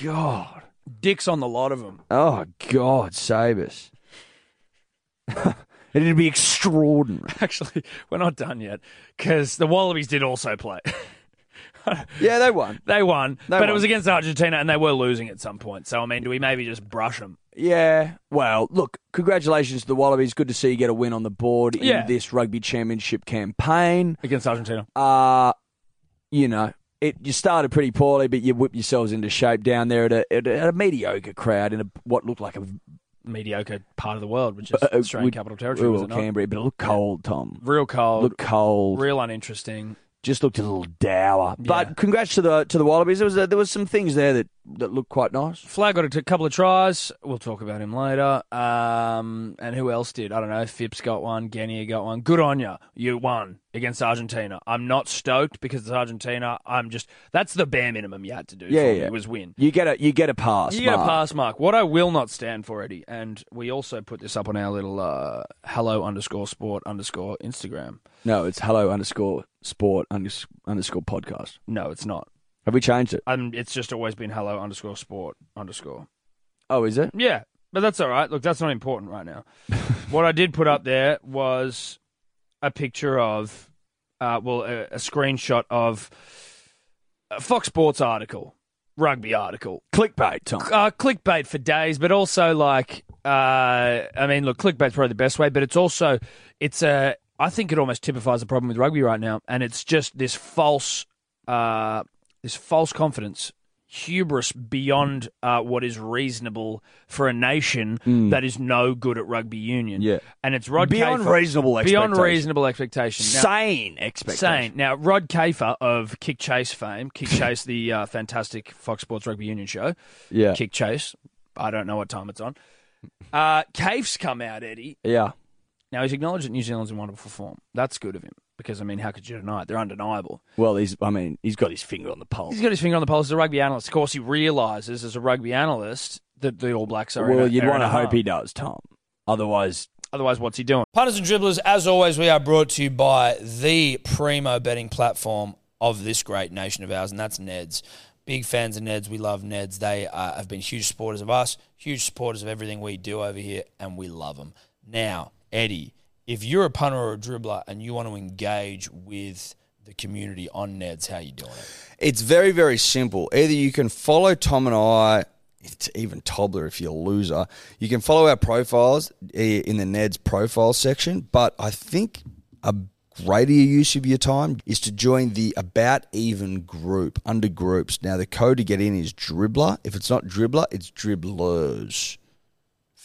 Speaker 4: God.
Speaker 3: Dicks on the lot of them.
Speaker 4: Oh, God, save us. It'd be extraordinary.
Speaker 3: Actually, we're not done yet because the Wallabies did also play.
Speaker 4: Yeah, they won.
Speaker 3: they won,
Speaker 4: They
Speaker 3: but
Speaker 4: won.
Speaker 3: it was against Argentina and they were losing at some point. So I mean, do we maybe just brush them?
Speaker 4: Yeah. Well, look, congratulations to the Wallabies. Good to see you get a win on the board
Speaker 3: Yeah.
Speaker 4: in this rugby championship campaign.
Speaker 3: Against Argentina.
Speaker 4: Uh, you know, it you started pretty poorly, but you whipped yourselves into shape down there at a, at a, at a mediocre crowd in a, what looked like a
Speaker 3: Mediocre part of the world, which is
Speaker 4: Uh,
Speaker 3: Australian
Speaker 4: we-
Speaker 3: capital territory, was
Speaker 4: Well,
Speaker 3: it not?
Speaker 4: Canberra, but it looked cold, Tom.
Speaker 3: Real cold.
Speaker 4: Looked cold.
Speaker 3: Real uninteresting.
Speaker 4: Just looked a little dour.
Speaker 3: Yeah.
Speaker 4: But congrats to the to the Wallabies. There was a, there was some things there that, that looked quite nice.
Speaker 3: Flag got a t- couple of tries. We'll talk about him later. Um, and who else did? I don't know. Phipps got one. Genia got one. Good on ya. You won against Argentina. I'm not stoked because it's Argentina. I'm just that's the bare minimum you had to do.
Speaker 4: Yeah,
Speaker 3: for
Speaker 4: yeah.
Speaker 3: me was win.
Speaker 4: You get a you get a pass.
Speaker 3: You get a
Speaker 4: Mark.
Speaker 3: pass mark. What I will not stand for, Eddie, and we also put this up on our little uh, hello underscore sport underscore Instagram.
Speaker 4: No, it's hello underscore sport unders- underscore podcast.
Speaker 3: No, it's not.
Speaker 4: Have we changed it?
Speaker 3: Um, it's just always been hello underscore sport underscore.
Speaker 4: Oh, is it?
Speaker 3: Yeah, but that's all right. Look, that's not important right now. what I did put up there was a picture of, uh, well, a, a screenshot of a Fox Sports article, rugby article,
Speaker 4: Clickbait, Tom.
Speaker 3: uh, clickbait for days, but also like, uh, I mean, look, clickbait's probably the best way, but it's also, it's a, I think it almost typifies the problem with rugby right now, and it's just this false, uh, this false confidence, hubris beyond uh, what is reasonable for a nation that is no good at rugby union.
Speaker 4: Hmm. Yeah.
Speaker 3: and it's Rod
Speaker 4: Beyond
Speaker 3: Kafer-
Speaker 4: reasonable
Speaker 3: beyond
Speaker 4: expectation.
Speaker 3: reasonable expectation. Now-
Speaker 4: Sane expectation.
Speaker 3: Sane. Now, Rod Kafer of Kick Chase fame, Kick Chase, the uh, fantastic Fox Sports Rugby Union show,
Speaker 4: Yeah.
Speaker 3: Kick Chase. I don't know what time it's on. Uh, Cafe's come out, Eddie.
Speaker 4: Yeah.
Speaker 3: Now, he's acknowledged that New Zealand's in wonderful form. That's good of him because, I mean, how could you deny it? They're undeniable.
Speaker 4: Well, he's. I mean, he's got his finger on the pulse.
Speaker 3: He's got his finger on the pulse as a rugby analyst. Of course, he realises as a rugby analyst that the All Blacks are in
Speaker 4: Well,
Speaker 3: a-
Speaker 4: you'd
Speaker 3: are in
Speaker 4: want
Speaker 3: a
Speaker 4: to hope
Speaker 3: hum.
Speaker 4: he does, Tom. Otherwise,
Speaker 3: Otherwise, what's he doing? Punters and dribblers, as always, we are brought to you by the primo betting platform of this great nation of ours, and that's Neds. Big fans of Neds. We love Neds. They uh, have been huge supporters of us, huge supporters of everything we do over here, and we love them. Now, Eddie, if you're a punter or a dribbler and you want to engage with the community on Neds, how you doing it?
Speaker 5: It's very, very simple. Either you can follow Tom and I, it's even Toddler if you're a loser. You can follow our profiles eh, in the Ned's profile section, but I think A greater use of your time is to join the about even group under groups. Now, the code to get in is dribbler. If it's not dribbler, it's dribblers.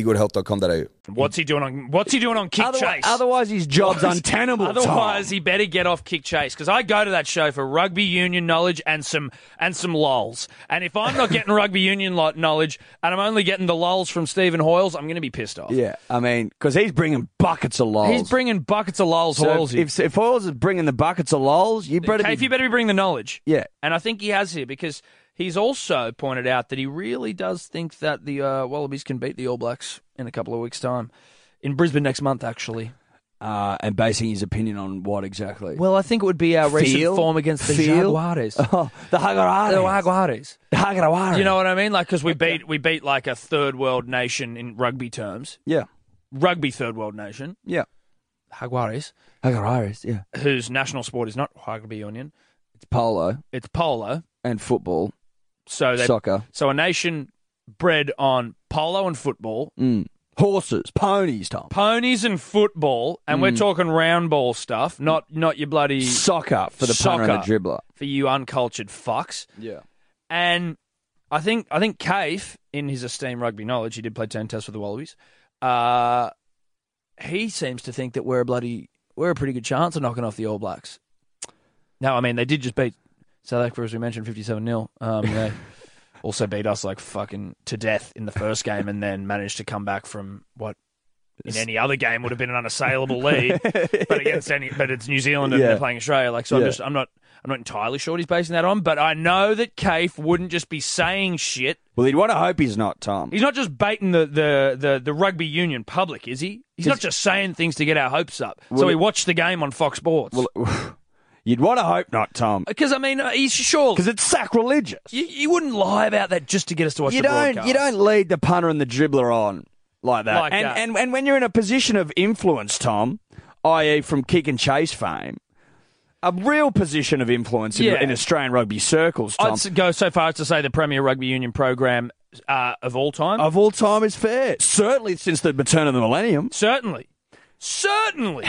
Speaker 5: BeGoodHealth.com.au.
Speaker 3: What's he doing on What's he doing on Kick
Speaker 4: Otherwise, otherwise his job's untenable.
Speaker 3: Otherwise,
Speaker 4: Tom.
Speaker 3: he better get off kick chase because I go to that show for rugby union knowledge and some and some lols. And if I'm not getting rugby union lo- knowledge and I'm only getting the lols from Stephen Hoyles, I'm going to be pissed off.
Speaker 4: yeah, I mean, because he's bringing buckets of lols.
Speaker 3: He's bringing buckets of lols,
Speaker 4: so
Speaker 3: Hoyles.
Speaker 4: if, if, if Hoyles is bringing the buckets of lols, you better
Speaker 3: Cave,
Speaker 4: be,
Speaker 3: you better be bringing the knowledge.
Speaker 4: yeah.
Speaker 3: And I think he has here because he's also pointed out that he really does think that the uh, Wallabies can beat the All Blacks in a couple of weeks' time. In Brisbane next month, actually.
Speaker 4: Uh, and basing his opinion on what exactly?
Speaker 3: Well, I think it would be our recent
Speaker 4: Feel?
Speaker 3: form against the
Speaker 4: Feel?
Speaker 3: Jaguares.
Speaker 4: Oh, the Hagarare.
Speaker 3: The Jaguares.
Speaker 4: The Hagarare.
Speaker 3: Do you know what I mean? Like, because we beat we beat like a third world nation in rugby terms,
Speaker 4: Yeah,
Speaker 3: rugby third world nation,
Speaker 4: yeah.
Speaker 3: Jaguares,
Speaker 4: Hagarares, yeah.
Speaker 3: whose national sport is not rugby union,
Speaker 4: It's polo
Speaker 3: it's polo.
Speaker 4: and football,
Speaker 3: So they
Speaker 4: soccer,
Speaker 3: so a nation bred on polo and football,
Speaker 4: mm. horses, ponies, Tom.
Speaker 3: ponies and football, and we're talking round ball stuff, not not your bloody
Speaker 4: Soccer for the punter and the
Speaker 3: Soccer.
Speaker 4: dribbler.
Speaker 3: for you uncultured fucks.
Speaker 4: Yeah.
Speaker 3: And I think I think Cave, in his esteemed rugby knowledge, he did play ten tests for the Wallabies. Uh, he seems to think that we're a bloody we're a pretty good chance of knocking off the All Blacks. No, I mean they did just beat South Africa as we mentioned, fifty-seven 0 Um, they also beat us like fucking to death in the first game, and then managed to come back from what. In any other game would have been an unassailable lead, but against any, but it's New Zealand and
Speaker 4: Yeah.
Speaker 3: they're playing Australia. Like so, I'm
Speaker 4: Yeah.
Speaker 3: just I'm not I'm not entirely sure what he's basing that on, but I know that Cafe wouldn't just be saying shit.
Speaker 4: Well, he'd want to hope he's not, Tom.
Speaker 3: He's not just baiting the, the, the, the rugby union public, is he? He's not just saying things to get our hopes up. so he watched the game on Fox Sports.
Speaker 4: You'd want to hope not, Tom.
Speaker 3: Because I mean, uh, he's sure
Speaker 4: Because it's sacrilegious.
Speaker 3: you, you wouldn't lie about that just to get us to watch
Speaker 4: You
Speaker 3: the
Speaker 4: don't,
Speaker 3: broadcast.
Speaker 4: you don't lead the punter and the dribbler on like that.
Speaker 3: Like
Speaker 4: and,
Speaker 3: that.
Speaker 4: And, and when you're in a position of influence, Tom, i.e., from kick and chase fame, a real position of influence in,
Speaker 3: Yeah.
Speaker 4: in Australian rugby circles,
Speaker 3: I'd
Speaker 4: Tom,
Speaker 3: s- go so far as to say the premier rugby union program uh, of all time.
Speaker 4: of all time is fair. Certainly since the return of the millennium.
Speaker 3: certainly, certainly.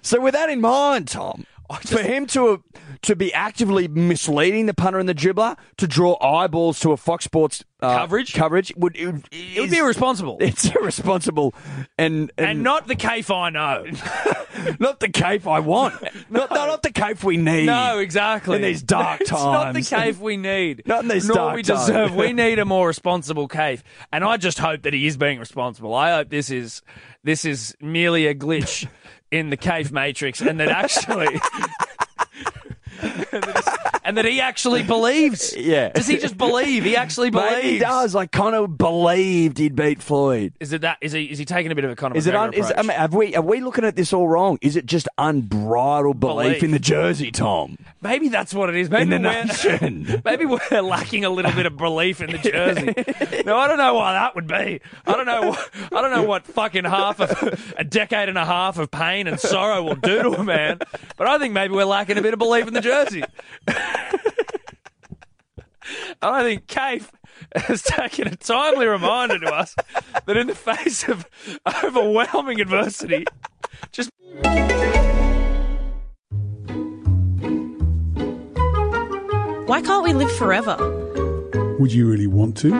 Speaker 4: So with that in mind, Tom, for him to to be actively misleading the punter and the dribbler to draw eyeballs to a Fox Sports uh,
Speaker 3: Coverage?
Speaker 4: coverage would it, would-
Speaker 3: it would be
Speaker 4: is-
Speaker 3: irresponsible
Speaker 4: it's irresponsible and and,
Speaker 3: and not the oh. Cafe I know.
Speaker 4: not the cape I want, not not the cape we need.
Speaker 3: No, exactly.
Speaker 4: In these dark
Speaker 3: It's not the
Speaker 4: times.
Speaker 3: cave we need.
Speaker 4: Not in these
Speaker 3: nor
Speaker 4: dark
Speaker 3: we
Speaker 4: times.
Speaker 3: deserve. We need a more responsible cave. And I just hope that he is being responsible. I hope this is this is merely a glitch in the cave matrix and that actually and that, it's, and that he actually believes.
Speaker 4: Yeah.
Speaker 3: Does he just believe? He actually believes.
Speaker 4: Maybe he does. I kind of believed he'd beat Floyd.
Speaker 3: Is it that? Is he? Is he taking a bit of a kind of
Speaker 4: Is it? Un, is, I mean, have we are we looking at this all wrong? Is it just unbridled belief,
Speaker 3: Belief.
Speaker 4: in the jersey, Tom,
Speaker 3: maybe that's what it is. Maybe
Speaker 4: in the
Speaker 3: we're-
Speaker 4: nation?
Speaker 3: Maybe we're lacking a little bit of belief in the jersey. No, I don't know why that would be. I don't know. What, I don't know what fucking half of a decade and a half of pain and sorrow will do to a man. But I think maybe we're lacking a bit of belief in the jersey. And I think Kafe has taken a timely reminder to us that in the face of overwhelming adversity, just
Speaker 1: Why can't we live forever?
Speaker 2: Would you really want to?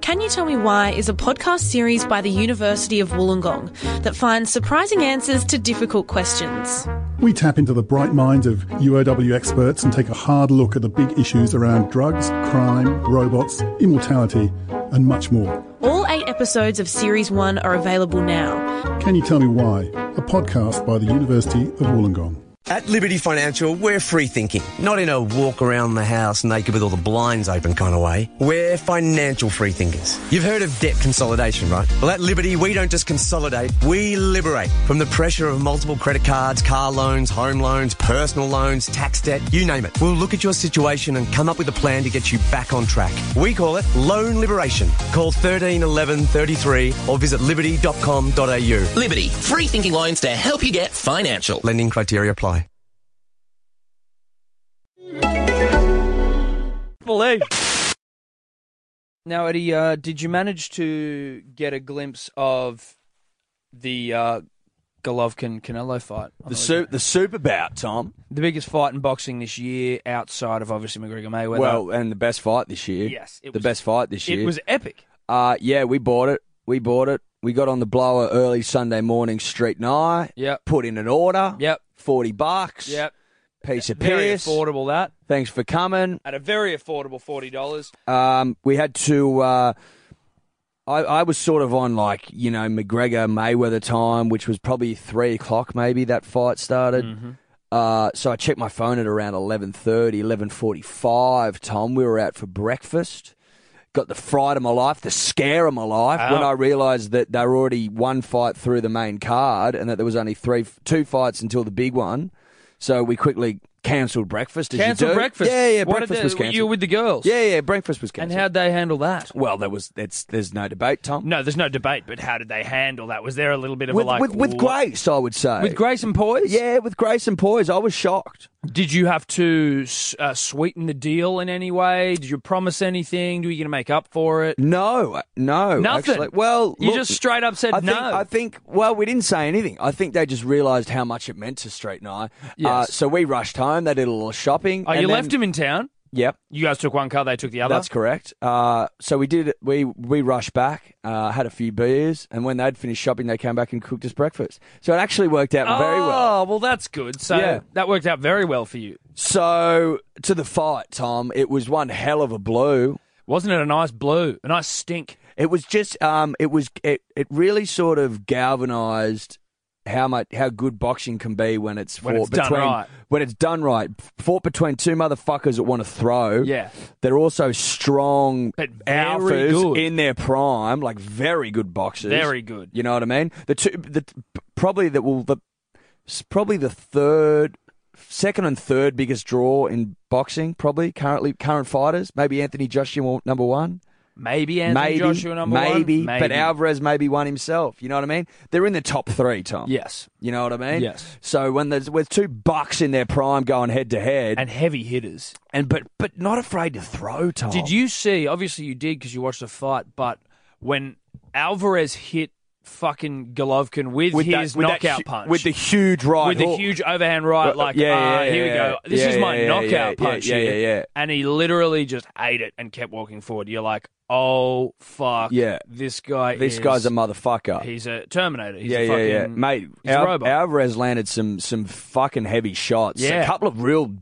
Speaker 1: Can You Tell Me Why is a podcast series by the University of Wollongong that finds surprising answers to difficult questions.
Speaker 2: We tap into the bright minds of UOW experts and take a hard look at the big issues around drugs, crime, robots, immortality, and much more.
Speaker 1: All eight episodes of Series 1 are available now.
Speaker 2: Can You Tell Me Why? A podcast by the University of Wollongong.
Speaker 6: At Liberty Financial, we're free thinking, not in a walk around the house naked with all the blinds open kind of way. We're financial free thinkers. You've heard of debt consolidation, right? Well, at Liberty, we don't just consolidate, we liberate from the pressure of multiple credit cards, car loans, home loans, personal loans, tax debt, you name it. We'll look at your situation and come up with a plan to get you back on track. We call it loan liberation. Call 13 11 33 or visit liberty.com.au.
Speaker 7: Liberty, free thinking lines to help you get financial.
Speaker 6: Lending criteria apply.
Speaker 3: believe. Now, Eddie, uh, did you manage to get a glimpse of the uh, Golovkin Canelo fight?
Speaker 4: The su- the super bout, Tom.
Speaker 3: the biggest fight in boxing this year, outside of obviously McGregor Mayweather.
Speaker 4: Well, and the best fight this year.
Speaker 3: Yes, it
Speaker 4: the
Speaker 3: was-
Speaker 4: best fight this year.
Speaker 3: it was epic.
Speaker 4: Uh, yeah, we bought it. We bought it. We got on the blower early Sunday morning, street night.
Speaker 3: Yep.
Speaker 4: Put in an order.
Speaker 3: Yep.
Speaker 4: Forty bucks.
Speaker 3: Yep.
Speaker 4: Piece of
Speaker 3: Very
Speaker 4: piss.
Speaker 3: affordable that
Speaker 4: Thanks for coming.
Speaker 3: at a very affordable forty dollars.
Speaker 4: Um, we had to. Uh, I, I was sort of on like you know McGregor Mayweather time, which was probably three o'clock maybe that fight started.
Speaker 3: Mm-hmm.
Speaker 4: Uh, so I checked my phone at around 11.30, 11.45, Tom. We were out for breakfast. Got the fright of my life, the scare of my life when I realised that they were already one fight through the main card and that there was only three, two fights until the big one. So we quickly cancelled breakfast. as you
Speaker 3: Cancelled
Speaker 4: do.
Speaker 3: breakfast.
Speaker 4: Yeah, yeah,
Speaker 3: What did
Speaker 4: breakfast
Speaker 3: the-
Speaker 4: was cancelled.
Speaker 3: You were with the girls.
Speaker 4: Yeah, yeah, breakfast was
Speaker 3: And
Speaker 4: cancelled.
Speaker 3: how'd they handle that?
Speaker 4: Well, there was. It's there's no debate, Tom.
Speaker 3: No, there's no debate. But how did they handle that? Was there a little bit of
Speaker 4: with
Speaker 3: a like
Speaker 4: with, with
Speaker 3: "What?"
Speaker 4: grace, I would say.
Speaker 3: with grace and poise?
Speaker 4: yeah, with grace and poise. I was shocked.
Speaker 3: Did you have to s- uh, sweeten the deal in any way? Did you promise anything? Were you going to make up for it?
Speaker 4: No, no,
Speaker 3: Nothing.
Speaker 4: Actually. Well,
Speaker 3: You
Speaker 4: look,
Speaker 3: just straight up said
Speaker 4: I think,
Speaker 3: no.
Speaker 4: I think. Well, we didn't say anything. I think they just realised how much it meant to Street and I. Uh,
Speaker 3: Yes.
Speaker 4: so we rushed home. They did a little shopping.
Speaker 3: oh,
Speaker 4: and
Speaker 3: you
Speaker 4: then-
Speaker 3: left him in town.
Speaker 4: Yep.
Speaker 3: You guys took one car, they took the other.
Speaker 4: That's correct. Uh, so we did. We we rushed back, uh, had a few beers, and when they'd finished shopping, they came back and cooked us breakfast. So it actually worked out very well.
Speaker 3: Oh, well, that's good. So
Speaker 4: Yeah.
Speaker 3: that worked out very well for you.
Speaker 4: So to the fight, Tom, it was one hell of a blow.
Speaker 3: Wasn't it a nice blue, a nice stink?
Speaker 4: It was just, um, it was, it, it really sort of galvanized how much how good boxing can be when it's fought
Speaker 3: When it's done
Speaker 4: between
Speaker 3: right.
Speaker 4: when it's done right, fought between two motherfuckers that want to throw.
Speaker 3: Yeah.
Speaker 4: they're also strong
Speaker 3: But very
Speaker 4: alphas
Speaker 3: good.
Speaker 4: in their prime, like very good boxers.
Speaker 3: Very good.
Speaker 4: You know what I mean? The two, the probably that will the probably the third, second and third biggest draw in boxing. Probably currently current fighters. Maybe Anthony Joshua number one.
Speaker 3: Maybe Anthony
Speaker 4: maybe
Speaker 3: Joshua number
Speaker 4: maybe,
Speaker 3: one.
Speaker 4: but Alvarez maybe won himself. You know what I mean? They're in the top three, Tom.
Speaker 3: Yes.
Speaker 4: You know what I mean?
Speaker 3: Yes.
Speaker 4: So when there's with two bucks in their prime going head to head,
Speaker 3: And heavy hitters.
Speaker 4: and but but not afraid to throw, Tom.
Speaker 3: Did you see? Obviously, you did because you watched the fight. But when Alvarez hit fucking Golovkin with,
Speaker 4: with that-
Speaker 3: his
Speaker 4: with that
Speaker 3: knockout
Speaker 4: hu-
Speaker 3: punch,
Speaker 4: with the huge right
Speaker 3: with the
Speaker 4: hook.
Speaker 3: huge overhand right,
Speaker 4: Well,
Speaker 3: like,
Speaker 4: yeah,
Speaker 3: ah,
Speaker 4: yeah,
Speaker 3: here
Speaker 4: yeah,
Speaker 3: we go. This
Speaker 4: yeah,
Speaker 3: is my
Speaker 4: yeah, yeah,
Speaker 3: knockout
Speaker 4: yeah, yeah,
Speaker 3: punch
Speaker 4: yeah,
Speaker 3: here.
Speaker 4: yeah, yeah.
Speaker 3: And he literally just ate it and kept walking forward. You're like, oh, fuck.
Speaker 4: Yeah.
Speaker 3: This guy
Speaker 4: This
Speaker 3: is-
Speaker 4: guy's a motherfucker.
Speaker 3: He's a Terminator. He's
Speaker 4: yeah,
Speaker 3: a fucking,
Speaker 4: yeah, yeah, mate.
Speaker 3: He's a
Speaker 4: Al-
Speaker 3: robot.
Speaker 4: Alvarez landed some some fucking heavy shots.
Speaker 3: Yeah.
Speaker 4: a couple of real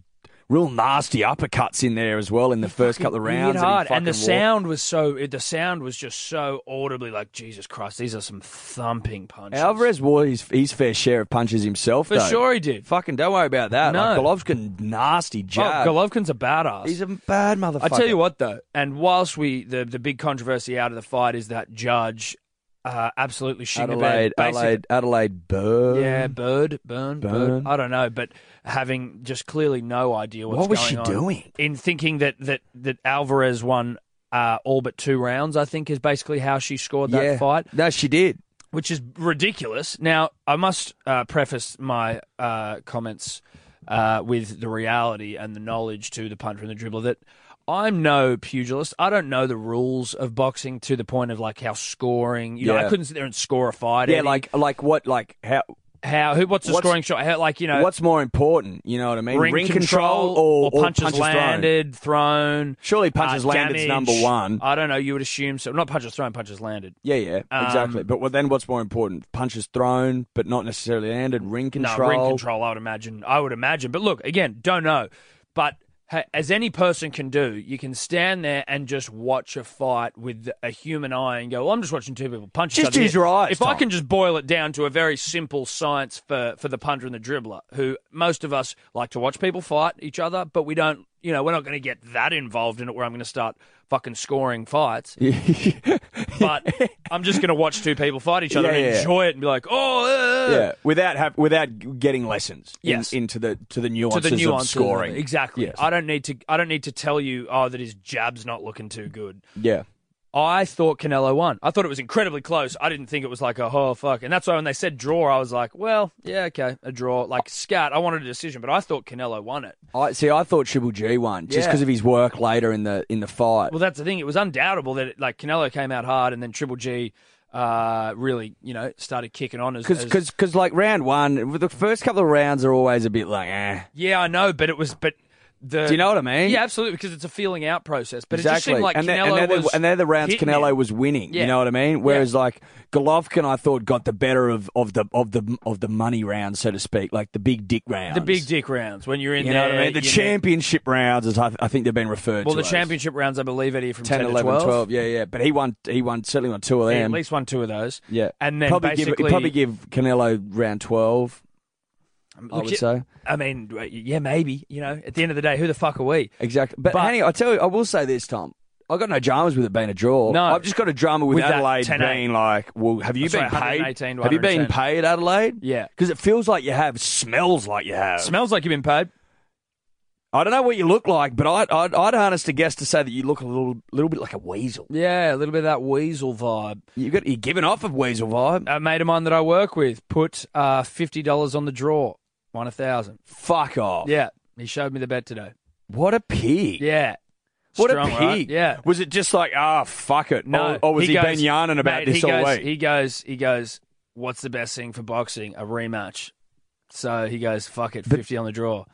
Speaker 4: real nasty uppercuts in there as well in the first couple of
Speaker 3: He hit
Speaker 4: rounds. he
Speaker 3: hard, and the
Speaker 4: fucking walked.
Speaker 3: sound was so it- the sound was just so audibly like Jesus Christ. These are some thumping punches.
Speaker 4: Alvarez wore his, his fair share of punches himself,
Speaker 3: for
Speaker 4: though.
Speaker 3: sure he did.
Speaker 4: Fucking don't worry about that.
Speaker 3: No.
Speaker 4: Like, Golovkin, nasty
Speaker 3: Oh,
Speaker 4: jab.
Speaker 3: Golovkin's a badass.
Speaker 4: He's a bad motherfucker.
Speaker 3: I tell you what, though, and whilst we the the big controversy out of the fight is that judge uh, absolutely shitting the bed,
Speaker 4: Adelaide,
Speaker 3: basically-
Speaker 4: Adelaide, Adelaide Bird.
Speaker 3: yeah, bird, burn, bird.
Speaker 4: Burn.
Speaker 3: I don't know, but having just clearly no idea what's
Speaker 4: What was
Speaker 3: going
Speaker 4: she
Speaker 3: on
Speaker 4: doing?
Speaker 3: in thinking that that that Alvarez won. Uh, all but two rounds, I think, is basically how she scored that
Speaker 4: Yeah.
Speaker 3: fight.
Speaker 4: No, she did.
Speaker 3: which is ridiculous. Now, I must uh, preface my uh, comments uh, with the reality and the knowledge to the punter and the dribbler that I'm no pugilist. I don't know the rules of boxing to the point of like how scoring. You know, I
Speaker 4: Yeah.
Speaker 3: couldn't sit there and score a fight.
Speaker 4: Yeah,
Speaker 3: Eddie.
Speaker 4: like like what like how
Speaker 3: how? Who? What's the
Speaker 4: what's-
Speaker 3: scoring shot? How, like you know,
Speaker 4: what's more important? You know what I mean?
Speaker 3: ring, control,
Speaker 4: or, or
Speaker 3: punches,
Speaker 4: thrown?
Speaker 3: landed, thrown?
Speaker 4: Surely punches
Speaker 3: uh,
Speaker 4: landed's
Speaker 3: damage.
Speaker 4: number one.
Speaker 3: I don't know. You would assume so. Not punches thrown, punches landed.
Speaker 4: Yeah, yeah, exactly.
Speaker 3: Um,
Speaker 4: but well, then what's more important? Punches thrown, but not necessarily landed. Ring control.
Speaker 3: No, ring control. I would imagine. I would imagine. But look, again, don't know. But ha- as any person can do, you can stand there and just watch a fight with a human eye and go, well, "I'm just watching two people punch." each
Speaker 4: Just
Speaker 3: other
Speaker 4: use
Speaker 3: here."
Speaker 4: your eyes,
Speaker 3: If I
Speaker 4: Tom.
Speaker 3: can just boil it down to a very simple science for for the punter and the dribbler, who most of us like to watch people fight each other, but we don't. You know, we're not going to get that involved in it where I'm going to start fucking scoring fights. but I'm just going to watch two people fight each other
Speaker 4: Yeah,
Speaker 3: and
Speaker 4: yeah.
Speaker 3: enjoy it and be like, oh, uh, uh,
Speaker 4: yeah, without have, without g- getting lessons in-
Speaker 3: Yes.
Speaker 4: into the to the
Speaker 3: to
Speaker 4: nuances,
Speaker 3: the nuances
Speaker 4: of
Speaker 3: of it.
Speaker 4: scoring.
Speaker 3: Exactly.
Speaker 4: Yes.
Speaker 3: I don't need to. I don't need to tell you. Oh, that his jab's not looking too good.
Speaker 4: yeah.
Speaker 3: I thought Canelo won. I thought it was incredibly close. I didn't think it was like a oh fuck. And that's why when they said draw, I was like, well, yeah, okay, a draw. Like scat. I wanted a decision, but I thought Canelo won it.
Speaker 4: I see. I thought Triple G won just
Speaker 3: Yeah.
Speaker 4: because of his work later in the in the fight.
Speaker 3: Well, that's the thing. It was undoubtable that it, like Canelo came out hard, and then Triple G. Uh, really, you know, started kicking on as, as
Speaker 4: Because because like round one, the first couple of rounds are always a bit like, eh.
Speaker 3: yeah, I know, but it was, but the
Speaker 4: Do you know what I mean?
Speaker 3: Yeah, absolutely, because it's a feeling out process. But it just
Speaker 4: exactly.
Speaker 3: seemed like
Speaker 4: and, then-
Speaker 3: Canelo
Speaker 4: and, they're
Speaker 3: was
Speaker 4: the, and they're the rounds
Speaker 3: hitting
Speaker 4: Canelo
Speaker 3: him.
Speaker 4: was winning.
Speaker 3: Yeah.
Speaker 4: You know what I mean? Whereas like Golovkin, I thought got the better of, of the of the of the money round, so to speak, like the big dick rounds.
Speaker 3: The big dick rounds when you're in
Speaker 4: You know
Speaker 3: there.
Speaker 4: what I mean? The
Speaker 3: you know-
Speaker 4: championship rounds, as I, I think they've been referred
Speaker 3: Well,
Speaker 4: to.
Speaker 3: the
Speaker 4: as.
Speaker 3: championship rounds, I believe, Eddie, from
Speaker 4: 10,
Speaker 3: 10 to
Speaker 4: 11, 12.
Speaker 3: 12.
Speaker 4: Yeah, yeah. But he won. He won. Certainly won two of
Speaker 3: He
Speaker 4: them.
Speaker 3: at least won two of those.
Speaker 4: yeah.
Speaker 3: And then
Speaker 4: probably give,
Speaker 3: basically.
Speaker 4: probably give Canelo round twelve. I
Speaker 3: Look,
Speaker 4: would
Speaker 3: you-
Speaker 4: say.
Speaker 3: I mean, yeah, maybe. You know, at the end of the day, who the fuck are we?
Speaker 4: Exactly. But,
Speaker 3: But-
Speaker 4: honey, I tell you, I will say this, Tom. I got no dramas with it being a draw.
Speaker 3: No.
Speaker 4: I've just got a drama with,
Speaker 3: With that
Speaker 4: Adelaide
Speaker 3: 10-8.
Speaker 4: being like, well, have you
Speaker 3: That's right,
Speaker 4: been
Speaker 3: 118
Speaker 4: paid?
Speaker 3: to
Speaker 4: Have you been
Speaker 3: 110.
Speaker 4: paid, Adelaide?
Speaker 3: Yeah.
Speaker 4: Because it feels like you have, smells like you have.
Speaker 3: Smells like you've been paid.
Speaker 4: I don't know what you look like, but I'd, I'd, I'd harness the guess to say that you look a little little bit like a weasel.
Speaker 3: Yeah, a little bit of that weasel vibe.
Speaker 4: You got you're giving off a weasel vibe.
Speaker 3: A mate of mine that I work with put uh, $50 on the draw, won a thousand.
Speaker 4: Fuck off.
Speaker 3: Yeah, he showed me the bet today.
Speaker 4: What a pig.
Speaker 3: Yeah.
Speaker 4: What
Speaker 3: Strong,
Speaker 4: a pig.
Speaker 3: right? Yeah.
Speaker 4: Was it just like, ah, fuck it?
Speaker 3: No.
Speaker 4: Or, or oh, was he,
Speaker 3: goes-
Speaker 4: been yarning about
Speaker 3: mate,
Speaker 4: this
Speaker 3: he
Speaker 4: all
Speaker 3: goes,
Speaker 4: week?
Speaker 3: He goes, he goes, what's the best thing for boxing? A rematch. So he goes, fuck it, 50 on the draw.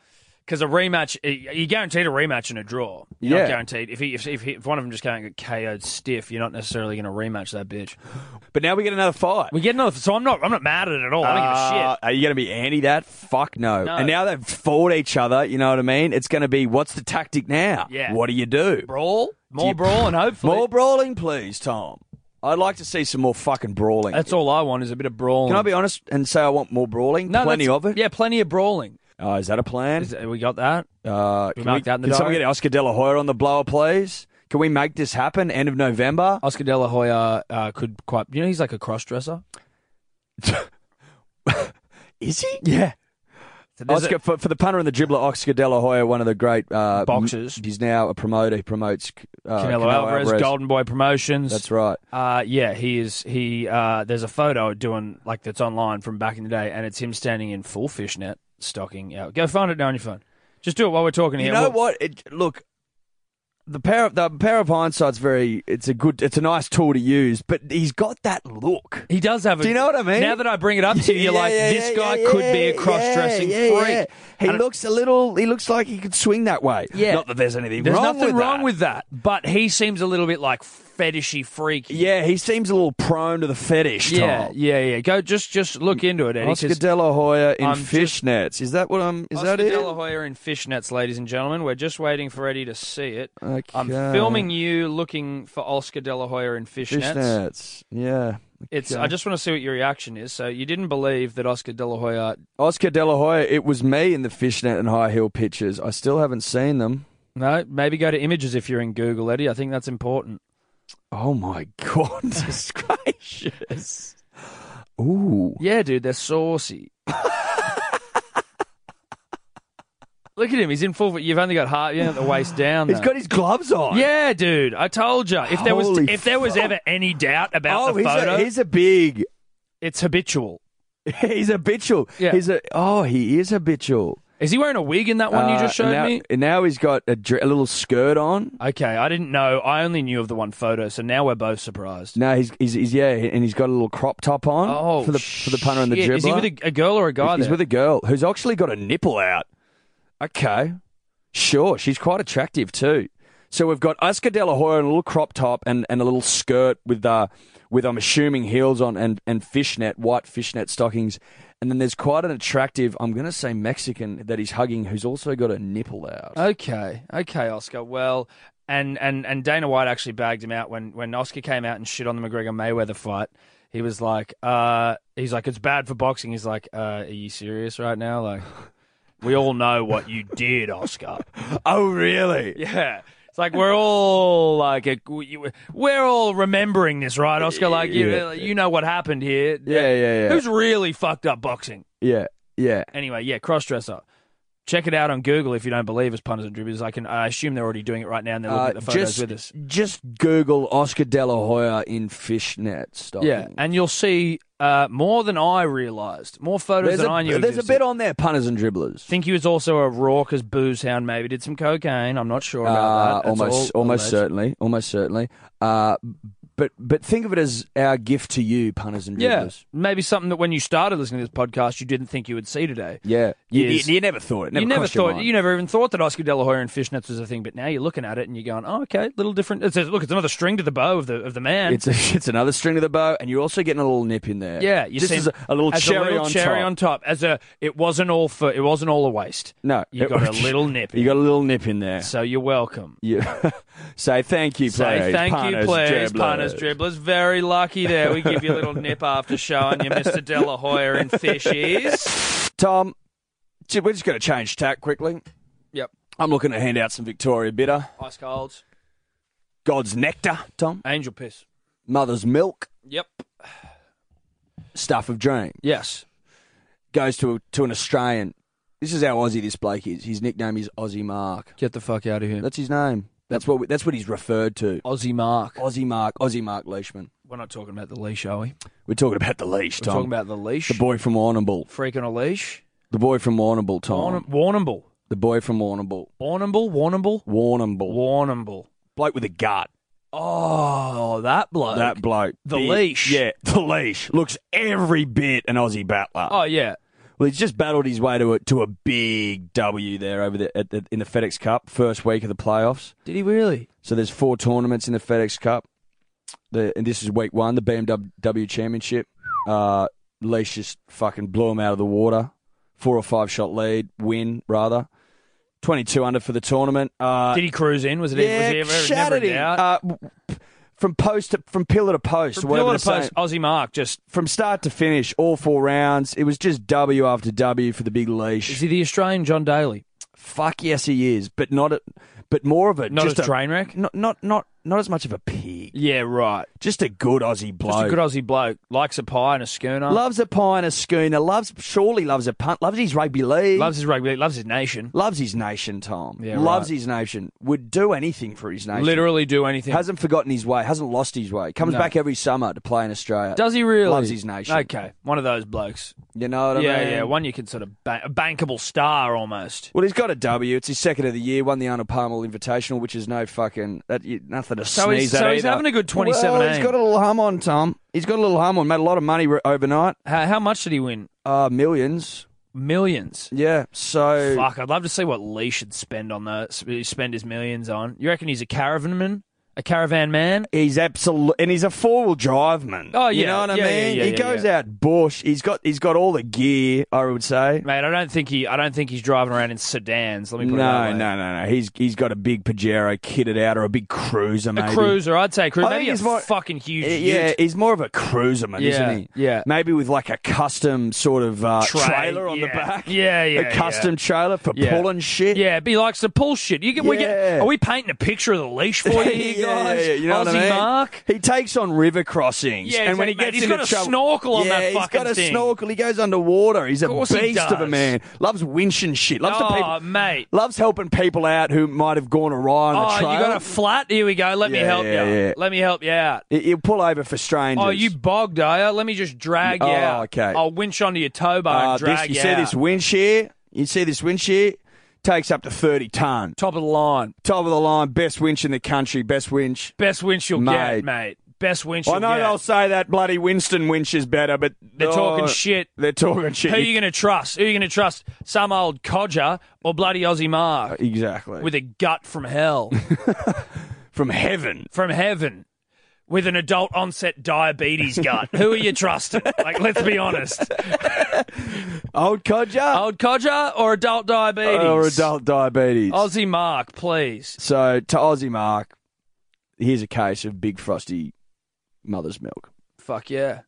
Speaker 3: Because a rematch, you're guaranteed a rematch and a draw. You're not
Speaker 4: Yeah.
Speaker 3: guaranteed. If, he, if, if, he, if one of them just can't get KO'd stiff, you're not necessarily going to rematch that bitch.
Speaker 4: but now we get another fight.
Speaker 3: We get another. So I'm not, I'm not mad at it at all. I don't give a
Speaker 4: Uh,
Speaker 3: shit.
Speaker 4: Are you going to be anti that? Fuck no.
Speaker 3: No.
Speaker 4: And now they've fought each other. You know what I mean? It's going to be what's the tactic now?
Speaker 3: Yeah.
Speaker 4: What do you do?
Speaker 3: Brawl? More
Speaker 4: you-
Speaker 3: brawl and hopefully.
Speaker 4: More brawling, please, Tom. I'd like to see some more fucking brawling.
Speaker 3: That's all I want is a bit of brawling.
Speaker 4: Can I be honest and say I want more brawling?
Speaker 3: No,
Speaker 4: Plenty
Speaker 3: that's-
Speaker 4: of it.
Speaker 3: Yeah, plenty of brawling.
Speaker 4: Oh, is that a plan?
Speaker 3: Is- we got that?
Speaker 4: uh,
Speaker 3: we
Speaker 4: can
Speaker 3: mark that in the
Speaker 4: can someone
Speaker 3: diary?
Speaker 4: get Oscar De La Hoya on the blower, please? Can we make this happen? End of November.
Speaker 3: Oscar De La Hoya uh, could quite. You know, he's like a cross dresser.
Speaker 4: Is he? Yeah. Oscar, for, for the punter and the dribbler, Oscar De La Hoya, one of the great uh,
Speaker 3: Boxers.
Speaker 4: m- He's now a promoter. He promotes uh,
Speaker 3: Canelo, Alvarez, Golden Boy Promotions.
Speaker 4: That's right.
Speaker 3: Uh, yeah, he is. He uh, there's a photo doing like that's online from back in the day, and it's him standing in full fishnet stocking out. Go find it now on your phone. Just do it while we're talking
Speaker 4: You
Speaker 3: here.
Speaker 4: know
Speaker 3: Well,
Speaker 4: what? It, look, the power of, the power of hindsight's very. It's a good. It's a nice tool to use, but he's got that look.
Speaker 3: He does have. A,
Speaker 4: Do you know what I mean?
Speaker 3: Now that I bring it up to you, you're
Speaker 4: Yeah,
Speaker 3: like,
Speaker 4: yeah,
Speaker 3: this
Speaker 4: yeah,
Speaker 3: guy
Speaker 4: yeah,
Speaker 3: could be a
Speaker 4: yeah,
Speaker 3: cross-dressing
Speaker 4: yeah, yeah,
Speaker 3: freak.
Speaker 4: yeah. He
Speaker 3: And-
Speaker 4: looks a little. He looks like he could swing that way.
Speaker 3: Yeah.
Speaker 4: Not that there's anything
Speaker 3: There's
Speaker 4: wrong
Speaker 3: nothing
Speaker 4: with
Speaker 3: wrong
Speaker 4: that.
Speaker 3: with that, but he seems a little bit like fetishy freak.
Speaker 4: Yeah, he seems a little prone to the fetish.
Speaker 3: yeah,
Speaker 4: Tom.
Speaker 3: yeah, yeah. Go just just look into it, Eddie. 'cause
Speaker 4: Oscar De La Hoya in
Speaker 3: I'm just-
Speaker 4: fishnets. Is that what I'm? Is
Speaker 3: Oscar
Speaker 4: that it?
Speaker 3: De La Hoya in fishnets, ladies and gentlemen. We're just waiting for Eddie to see it.
Speaker 4: Okay.
Speaker 3: I'm filming you looking for Oscar De La Hoya in fishnets.
Speaker 4: fishnets. Yeah.
Speaker 3: It's.
Speaker 4: Okay.
Speaker 3: I just want to see what your reaction is. So you didn't believe that Oscar De La Hoya.
Speaker 4: Oscar De La Hoya. It was me in the fishnet and high heel pictures. I still haven't seen them.
Speaker 3: No, maybe go to images if you're in Google, Eddie. I think that's important.
Speaker 4: Oh my god! Jesus gracious. Ooh.
Speaker 3: Yeah, dude, they're saucy. Look at him. He's in full. You've only got heart. You know, the waist down.
Speaker 4: He's
Speaker 3: though.
Speaker 4: got his gloves on.
Speaker 3: Yeah, dude. I told you. If there was
Speaker 4: Holy
Speaker 3: if there was
Speaker 4: fuck.
Speaker 3: ever any doubt about
Speaker 4: Oh,
Speaker 3: the
Speaker 4: he's
Speaker 3: photo,
Speaker 4: a, he's a big.
Speaker 3: it's habitual.
Speaker 4: He's habitual.
Speaker 3: Yeah.
Speaker 4: He's a. Oh, he is habitual.
Speaker 3: Is he wearing a wig in that one you
Speaker 4: Uh,
Speaker 3: just showed
Speaker 4: now,
Speaker 3: me?
Speaker 4: Now he's got a, dr- a little skirt on.
Speaker 3: Okay, I didn't know. I only knew of the one photo, so now we're both surprised.
Speaker 4: No, he's, he's he's yeah, and he's got a little crop top on
Speaker 3: Oh,
Speaker 4: for the for the punter and the
Speaker 3: shit.
Speaker 4: dribbler.
Speaker 3: Is he with a, a girl or a guy?
Speaker 4: he's
Speaker 3: Oh, there?
Speaker 4: with a girl who's actually got a nipple out. Okay, sure, she's quite attractive too. So we've got Oscar De La Hoya in a little crop top and, and a little skirt with uh with I'm assuming heels on and and fishnet white fishnet stockings, and then there's quite an attractive I'm gonna say Mexican that he's hugging who's also got a nipple out.
Speaker 3: Oh, Okay, okay, Oscar. Well, and and and Dana White actually bagged him out when when Oscar came out and shit on the McGregor Mayweather fight. He was like, uh, he's like, it's bad for boxing. He's like, uh, are you serious right now? Like, we all know what you did, Oscar.
Speaker 4: oh really?
Speaker 3: Yeah. It's like we're all like a, we're all remembering this, right, Oscar? Like you,
Speaker 4: Yeah.
Speaker 3: you know what happened here.
Speaker 4: Yeah, yeah, yeah.
Speaker 3: Who's really fucked up boxing?
Speaker 4: Yeah, yeah.
Speaker 3: Anyway, yeah, crossdresser. Check it out on Google if you don't believe us punters and dribblers. I can I assume they're already doing it right now and they're looking
Speaker 4: Uh,
Speaker 3: at the photos
Speaker 4: just,
Speaker 3: with us.
Speaker 4: just Google Oscar De La Hoya in fishnet stockings.
Speaker 3: Yeah, and you'll see uh, more than I realised. More photos
Speaker 4: there's,
Speaker 3: than
Speaker 4: a,
Speaker 3: I knew.
Speaker 4: there's a
Speaker 3: existed.
Speaker 4: bit on there, punters and dribblers.
Speaker 3: Think he was also a raucous booze hound. Maybe did some cocaine. I'm not sure about
Speaker 4: Uh,
Speaker 3: that. That's
Speaker 4: almost,
Speaker 3: all
Speaker 4: almost
Speaker 3: alleged.
Speaker 4: certainly, almost certainly. Uh, but but think of it as our gift to you, punters and
Speaker 3: Yeah,
Speaker 4: dribblers.
Speaker 3: maybe something that when you started listening to this podcast, you didn't think you would see today.
Speaker 4: Yeah, you,
Speaker 3: Yes.
Speaker 4: you- you never thought it. Never
Speaker 3: you never
Speaker 4: crossed your
Speaker 3: thought
Speaker 4: mind.
Speaker 3: you never even thought that Oscar De La Hoya and fishnets was a thing, but now you're looking at it and you're going, "Oh, okay, little different." It says, "Look, it's another string to the bow of the of the man."
Speaker 4: It's a, it's another string to the bow, and you're also getting a little nip in there.
Speaker 3: yeah, you
Speaker 4: just
Speaker 3: see
Speaker 4: as a, a little
Speaker 3: as
Speaker 4: cherry
Speaker 3: little
Speaker 4: on
Speaker 3: cherry
Speaker 4: top.
Speaker 3: on top. As a, it wasn't all for, it wasn't all a waste.
Speaker 4: No,
Speaker 3: you
Speaker 4: it
Speaker 3: got a
Speaker 4: was-
Speaker 3: little nip.
Speaker 4: You got a little nip in there.
Speaker 3: so you're welcome.
Speaker 4: Yeah. Say thank you, players.
Speaker 3: Say thank
Speaker 4: punters,
Speaker 3: you, players,
Speaker 4: dribblers.
Speaker 3: punters, dribblers. Very lucky there. We give you a little nip after showing you Mr. De La Hoya and fishies.
Speaker 4: Tom, j- we're just going to change tack quickly.
Speaker 3: Yep,
Speaker 4: I'm looking to hand out some Victoria Bitter,
Speaker 3: ice cold,
Speaker 4: God's Nectar, Tom,
Speaker 3: angel piss.
Speaker 4: Mother's Milk,
Speaker 3: Yep.
Speaker 4: Stuff of Dream.
Speaker 3: Yes.
Speaker 4: Goes to to an Australian. This is how Aussie this Blake is. His nickname is Aussie Mark.
Speaker 3: Get the fuck out of here,
Speaker 4: That's his name. That's what we, that's what he's referred to.
Speaker 3: Aussie Mark.
Speaker 4: Aussie Mark, Aussie Mark Leishman.
Speaker 3: We're not talking about the leash, are we?
Speaker 4: We're talking about the leash,
Speaker 3: We're
Speaker 4: Tom.
Speaker 3: talking about the leash.
Speaker 4: Um, the boy from Warrnambool.
Speaker 3: Freak on a leash.
Speaker 4: The boy from Warrnambool, Tom.
Speaker 3: Warn- Warrnambool.
Speaker 4: the boy from Warrnambool.
Speaker 3: Warrnambool. Warrnambool.
Speaker 4: Warrnambool.
Speaker 3: Warrnambool.
Speaker 4: bloke with a gut.
Speaker 3: Oh, that bloke.
Speaker 4: That bloke.
Speaker 3: The
Speaker 4: Big-
Speaker 3: leash.
Speaker 4: Yeah, the leash. Looks every bit an Aussie battler.
Speaker 3: oh, yeah.
Speaker 4: Well, he's just battled his way to a, to a big W there over the, at the in the FedEx Cup first week of the playoffs.
Speaker 3: Did he really?
Speaker 4: So there's four tournaments in the FedEx Cup. The, and this is week one, the BMW Championship. Uh, Leash just fucking blew him out of the water. Four or five shot lead, win rather. Twenty two under for the tournament. Uh,
Speaker 3: Did he cruise in? Was it?
Speaker 4: yeah,
Speaker 3: was he ever, never
Speaker 4: shattered
Speaker 3: a
Speaker 4: him.
Speaker 3: doubt?
Speaker 4: Uh, w- from post to, from pillar to post.
Speaker 3: From
Speaker 4: whatever
Speaker 3: pillar to
Speaker 4: the saying-
Speaker 3: post, Aussie Mark just
Speaker 4: From start to finish, all four rounds. It was just W after W for the big leash.
Speaker 3: is he the Australian John Daly?
Speaker 4: Fuck yes, he is, but not a, but more of a
Speaker 3: Not
Speaker 4: just
Speaker 3: a train wreck.
Speaker 4: Not not not not as much of a pig.
Speaker 3: Yeah, right.
Speaker 4: Just a good Aussie bloke.
Speaker 3: Just a good Aussie bloke likes a pie and a schooner.
Speaker 4: loves a pie and a schooner. Loves surely loves a punt. Loves his rugby league.
Speaker 3: loves his rugby. Loves his nation.
Speaker 4: loves his nation. Tom
Speaker 3: Yeah,
Speaker 4: loves
Speaker 3: right.
Speaker 4: his nation. Would do anything for his nation.
Speaker 3: Literally do anything.
Speaker 4: hasn't forgotten his way. Hasn't lost his way. Comes
Speaker 3: No.
Speaker 4: back every summer to play in Australia.
Speaker 3: Does he really?
Speaker 4: Loves his nation.
Speaker 3: Okay, one of those blokes.
Speaker 4: You know what I
Speaker 3: yeah,
Speaker 4: mean?
Speaker 3: yeah. One you can sort of ba- a bankable star almost.
Speaker 4: Well, he's got a W. It's his second of the year. Won the Arnold Palmer Invitational, which is no fucking that, you, nothing to
Speaker 3: So
Speaker 4: sneeze
Speaker 3: he's-
Speaker 4: at.
Speaker 3: so he's
Speaker 4: either.
Speaker 3: having a good 2017.
Speaker 4: Well, he's got a little hum on, Tom. He's got a little hum on. Made a lot of money re- overnight.
Speaker 3: How, how much did he win?
Speaker 4: Uh, millions.
Speaker 3: Millions.
Speaker 4: Yeah. So
Speaker 3: Fuck, I'd love to see what Lee should spend on that. Spend his millions on. You reckon he's a caravan man? A caravan man.
Speaker 4: He's absolute, and he's a four wheel drive man.
Speaker 3: Oh,
Speaker 4: you
Speaker 3: yeah.
Speaker 4: know what I
Speaker 3: Yeah, yeah,
Speaker 4: mean.
Speaker 3: yeah,
Speaker 4: he
Speaker 3: yeah,
Speaker 4: goes
Speaker 3: yeah.
Speaker 4: out bush. He's got he's got all the gear. I would say.
Speaker 3: Mate, I don't think he. I don't think he's driving around in sedans. Let me put
Speaker 4: No,
Speaker 3: it that way.
Speaker 4: no, no, no. He's he's got a big Pajero kitted out or a big cruiser, maybe.
Speaker 3: A cruiser, I'd say. Cruiser.
Speaker 4: I
Speaker 3: Maybe
Speaker 4: think
Speaker 3: a
Speaker 4: he's more-
Speaker 3: fucking huge.
Speaker 4: Yeah,
Speaker 3: ute.
Speaker 4: he's more of a cruiser man,
Speaker 3: Yeah,
Speaker 4: isn't he?
Speaker 3: yeah.
Speaker 4: Maybe with like a custom sort of uh,
Speaker 3: Tray,
Speaker 4: trailer on
Speaker 3: yeah.
Speaker 4: the back.
Speaker 3: Yeah, yeah,
Speaker 4: A custom
Speaker 3: yeah.
Speaker 4: trailer for
Speaker 3: Yeah.
Speaker 4: pulling shit.
Speaker 3: Yeah, but he likes to pull shit. You get, we
Speaker 4: Yeah.
Speaker 3: get, are we painting a picture of the leash for you, here,
Speaker 4: Yeah,
Speaker 3: guys?
Speaker 4: yeah, yeah. You know
Speaker 3: Aussie
Speaker 4: what I mean?
Speaker 3: Mark.
Speaker 4: He takes on river crossings,
Speaker 3: Yeah,
Speaker 4: and when he
Speaker 3: exactly,
Speaker 4: gets
Speaker 3: mate. He's
Speaker 4: into
Speaker 3: got a
Speaker 4: trouble,
Speaker 3: snorkel on
Speaker 4: yeah,
Speaker 3: that
Speaker 4: he's got
Speaker 3: fucking
Speaker 4: a
Speaker 3: thing.
Speaker 4: snorkel. He goes underwater. He's a
Speaker 3: course he
Speaker 4: beast of a
Speaker 3: does.
Speaker 4: man. Loves winch and shit. Loves
Speaker 3: Oh,
Speaker 4: to people,
Speaker 3: mate.
Speaker 4: Loves helping people out who might have gone awry on
Speaker 3: Oh,
Speaker 4: the trail.
Speaker 3: you got a flat? Here we go. Let me
Speaker 4: Yeah,
Speaker 3: help
Speaker 4: yeah,
Speaker 3: you.
Speaker 4: yeah.
Speaker 3: Let me help you out.
Speaker 4: He- He'll pull over for strangers.
Speaker 3: Oh, you bogged, are you? Let me just drag you
Speaker 4: Oh,
Speaker 3: out.
Speaker 4: okay.
Speaker 3: I'll winch onto your tow bar
Speaker 4: Uh,
Speaker 3: and drag
Speaker 4: this, you
Speaker 3: you
Speaker 4: see
Speaker 3: out.
Speaker 4: this winch here? You see this winch here? Takes up to 30 ton.
Speaker 3: Top of the line.
Speaker 4: Top of the line, best winch in the country, best winch.
Speaker 3: Best winch you'll
Speaker 4: Mate.
Speaker 3: get, mate. Best winch you'll
Speaker 4: I know
Speaker 3: get.
Speaker 4: they'll say that bloody Winston winch is better, but
Speaker 3: They're talking
Speaker 4: oh,
Speaker 3: shit.
Speaker 4: They're talking shit.
Speaker 3: Who are you going to trust? Who are you going to trust? Some old codger or bloody Aussie Mark
Speaker 4: exactly.
Speaker 3: with a gut from hell,
Speaker 4: From heaven.
Speaker 3: from heaven, with an adult onset diabetes gut? Who are you trusting? Like, let's be honest.
Speaker 4: Old codger
Speaker 3: Old codger or adult diabetes?
Speaker 4: or adult diabetes.
Speaker 3: Aussie Mark, please.
Speaker 4: so to Aussie Mark, here's a case of big frosty mother's milk.
Speaker 3: Fuck yeah.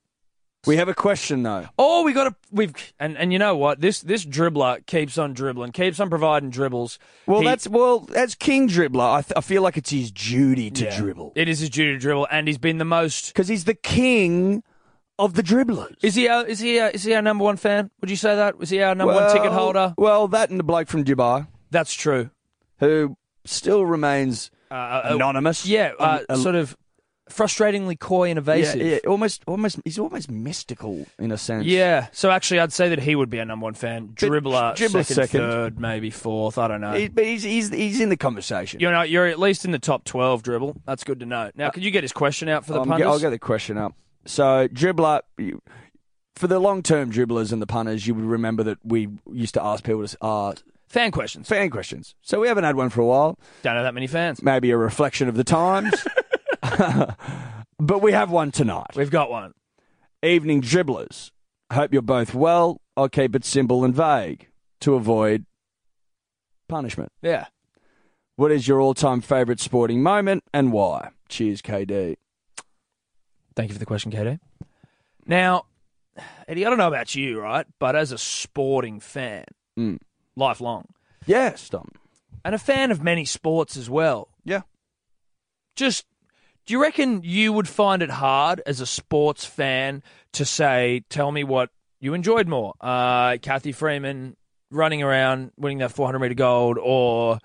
Speaker 4: We have a question though.
Speaker 3: Oh, we got a we've and and you know what? This this dribbler keeps on dribbling, keeps on providing dribbles.
Speaker 4: Well,
Speaker 3: He-
Speaker 4: that's well, as king dribbler, I, th- I feel like it's his duty to
Speaker 3: yeah.
Speaker 4: dribble.
Speaker 3: It is his duty to dribble, and he's been the most.
Speaker 4: because he's the king of the dribblers.
Speaker 3: Is he our, is he our, is he our number one fan? Would you say that? Was he our number one ticket holder?
Speaker 4: Well, that and the bloke from Dubai
Speaker 3: That's true.
Speaker 4: who still remains
Speaker 3: Uh, Uh, uh,
Speaker 4: anonymous.
Speaker 3: yeah, uh,
Speaker 4: Um, a-
Speaker 3: sort of frustratingly coy and
Speaker 4: yeah,
Speaker 3: evasive.
Speaker 4: yeah, almost, almost. He's almost mystical in a sense.
Speaker 3: Yeah, so actually, I'd say that he would be our number one fan. Dribbler,
Speaker 4: dribbler
Speaker 3: second,
Speaker 4: second.
Speaker 3: third, maybe fourth. I don't know.
Speaker 4: He- but he's, he's he's in the conversation.
Speaker 3: you know, you're at least in the top twelve dribble. That's good to know. Now, could you get his question out for the
Speaker 4: I'm
Speaker 3: pundits?
Speaker 4: ge- Uh, um, I'll get the question up. So dribbler. You, for the long-term dribblers and the punters, you would remember that we used to ask people to s- uh,
Speaker 3: fan questions.
Speaker 4: fan questions. So we haven't had one for a while.
Speaker 3: Don't know that many fans.
Speaker 4: Maybe a reflection of the times, but we have one tonight.
Speaker 3: We've got one.
Speaker 4: Evening dribblers. Hope you're both well. I'll keep it simple and vague to avoid punishment.
Speaker 3: Yeah.
Speaker 4: What is your all time favourite sporting moment and why? Cheers, KD.
Speaker 3: Thank you for the question, KD. Now, Eddie, I don't know about you, right? But as a sporting fan,
Speaker 4: Mm.
Speaker 3: lifelong,
Speaker 4: Yes, Dom.
Speaker 3: and a fan of many sports as well,
Speaker 4: Yeah.
Speaker 3: just do you reckon you would find it hard as a sports fan to say, tell me what you enjoyed more? Uh, Kathy Freeman running around winning that 400 meter gold or,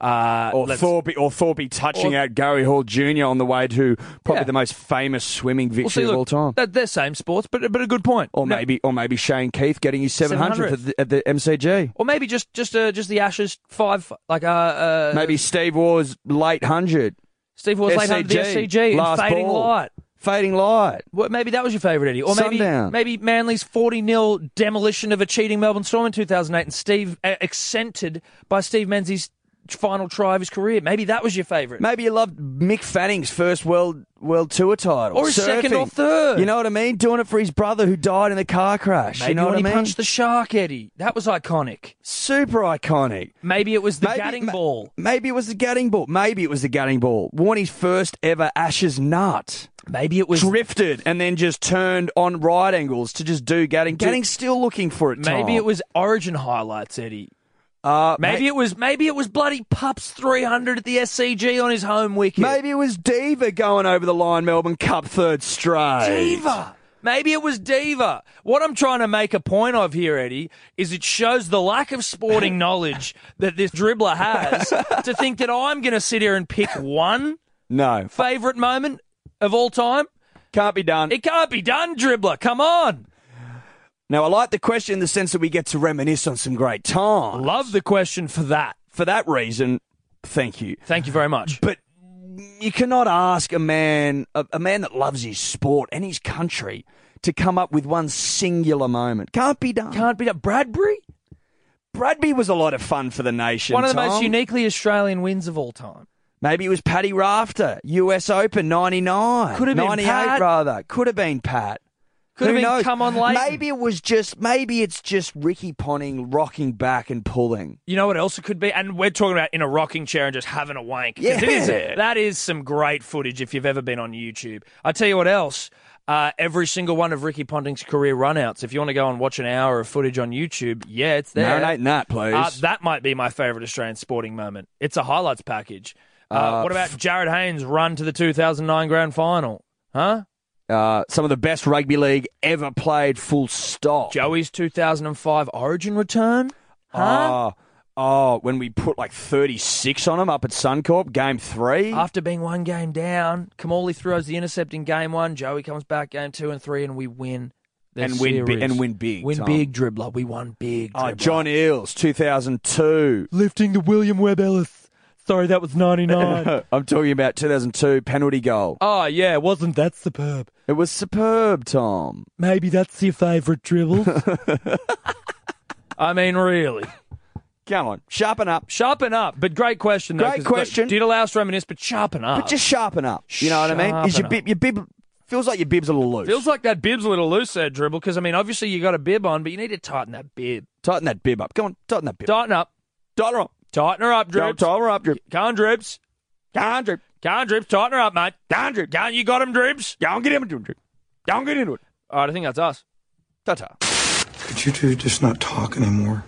Speaker 3: uh,
Speaker 4: Or
Speaker 3: let's-
Speaker 4: Thorpe, or Thorpe touching
Speaker 3: Or-
Speaker 4: out Gary Hall Jr. on the way to probably
Speaker 3: Yeah.
Speaker 4: the most famous swimming victory
Speaker 3: Well, see,
Speaker 4: of all
Speaker 3: look,
Speaker 4: time.
Speaker 3: They're, they're same sports, but, but a good point.
Speaker 4: Or
Speaker 3: No-
Speaker 4: maybe, or maybe Shane Keith getting his 700th, At,
Speaker 3: 700th.
Speaker 4: the, at the MCG.
Speaker 3: Or maybe just just uh, just the Ashes five like uh, uh
Speaker 4: Maybe Steve Waugh's late hundred,
Speaker 3: Steve Waugh's late hundred the
Speaker 4: SCG,
Speaker 3: SCG and
Speaker 4: last
Speaker 3: fading
Speaker 4: ball.
Speaker 3: light.
Speaker 4: fading light.
Speaker 3: Well, maybe that was your favourite Eddie, or maybe
Speaker 4: Sundown.
Speaker 3: maybe Manly's forty 0 demolition of a cheating Melbourne Storm in two thousand eight, and Steve uh, accented by Steve Menzies' final try of his career. Maybe that was your favourite.
Speaker 4: Maybe you loved Mick Fanning's first world world tour title,
Speaker 3: Or his second or
Speaker 4: Surfing.
Speaker 3: third.
Speaker 4: You know what I mean? Doing it for his brother who died in the car crash.
Speaker 3: Maybe
Speaker 4: you know
Speaker 3: when
Speaker 4: what I
Speaker 3: he
Speaker 4: mean?
Speaker 3: punched the shark, Eddie, that was iconic.
Speaker 4: Super iconic.
Speaker 3: Maybe it was the
Speaker 4: Maybe-
Speaker 3: Gadding
Speaker 4: ma-
Speaker 3: ball.
Speaker 4: Maybe it was the gadding ball. Maybe it was the gadding ball. Warnie's first ever Ashes nut.
Speaker 3: Maybe it was.
Speaker 4: Drifted and then just turned on right angles to just do gadding. Gadding's still looking for it. Tom.
Speaker 3: Maybe it was Origin highlights, Eddie.
Speaker 4: Oh. Uh,
Speaker 3: Maybe it was maybe it was bloody Pups 300 at the SCG on his home wicket.
Speaker 4: Maybe it was Diva going over the line, Melbourne Cup third straight.
Speaker 3: Diva. Maybe it was Diva. What I'm trying to make a point of here, Eddie, is it shows the lack of sporting knowledge that this dribbler has to think that I'm going to sit here and pick one
Speaker 4: No,
Speaker 3: favourite moment of all time.
Speaker 4: can't be done.
Speaker 3: It can't be done, dribbler. Come on.
Speaker 4: Now, I like the question in the sense that we get to reminisce on some great time.
Speaker 3: Love the question for that.
Speaker 4: For that reason, thank you.
Speaker 3: Thank you very much.
Speaker 4: But you cannot ask a man, a, a man that loves his sport and his country, to come up with one singular moment. Can't be done.
Speaker 3: Can't be done. Bradbury?
Speaker 4: Bradby was a lot of fun for the nation.
Speaker 3: One of the
Speaker 4: Tom.
Speaker 3: most uniquely Australian wins of all time.
Speaker 4: Maybe it was Paddy Rafter, US Open 99.
Speaker 8: Could have been
Speaker 4: 98
Speaker 8: Pat.
Speaker 4: rather. Could have been Pat.
Speaker 8: Could
Speaker 4: Who
Speaker 8: have been
Speaker 4: knows?
Speaker 8: come on late.
Speaker 4: Maybe it was just, maybe it's just Ricky Ponting rocking back and pulling.
Speaker 8: You know what else it could be? And we're talking about in a rocking chair and just having a wank. 'Cause
Speaker 4: Yeah.
Speaker 8: It is, that is some great footage if you've ever been on YouTube. I tell you what else. Uh, every single one of Ricky Ponting's career runouts. If you want to go and watch an hour of footage on YouTube, yeah, it's there.
Speaker 4: Marinate in that, please.
Speaker 8: Uh, that might be my favourite Australian sporting moment. It's a highlights package. Uh, what about Jared Haynes' run to the 2009 grand final? Huh?
Speaker 4: Uh, some of the best rugby league ever played, full stop.
Speaker 8: Joey's 2005 Origin return?
Speaker 4: Oh, oh, when we put like 36 on them up at Suncorp, game three.
Speaker 8: After being one game down, Kamali throws the intercept in game one. Joey comes back game two and three, and we win. the
Speaker 4: And win bi-
Speaker 8: series.
Speaker 4: and win big,
Speaker 8: Win
Speaker 4: Tom.
Speaker 8: big, dribbler. We won big.
Speaker 4: oh,
Speaker 8: Dribbler.
Speaker 4: John Eels, 2002.
Speaker 8: lifting the William Webb Ellis. Sorry, that was ninety nine.
Speaker 4: I'm talking about 2002 penalty goal.
Speaker 8: oh yeah, wasn't that superb?
Speaker 4: It was superb, Tom.
Speaker 8: Maybe that's your favourite dribble. I mean, really.
Speaker 4: Come on, sharpen up.
Speaker 8: Sharpen up, but great question. Though,
Speaker 4: Great
Speaker 8: 'cause it's
Speaker 4: question.
Speaker 8: Got, did allow us to reminisce, but sharpen up.
Speaker 4: But just sharpen up. You know what I mean? Is your
Speaker 8: Sharpen
Speaker 4: bib, your bib feels like your bib's a little loose.
Speaker 8: feels like that bib's a little loose there, dribble. Because I mean, obviously you got a bib on, but you need to tighten that bib.
Speaker 4: tighten that bib up. Go on, tighten that bib.
Speaker 8: Tighten up.
Speaker 4: tighten her up.
Speaker 8: Tighten her up,
Speaker 4: Don't
Speaker 8: dribs.
Speaker 4: tighten her up, drip.
Speaker 8: Can't dribs.
Speaker 4: Can't drip.
Speaker 8: Can't dribs. Tighten her up, mate.
Speaker 4: Can't drip.
Speaker 8: Can't you got him, dribs?
Speaker 4: Don't get into it, drip. Don't get into it.
Speaker 8: All right, I think that's us.
Speaker 4: Ta-ta.
Speaker 2: Could you two just not talk anymore?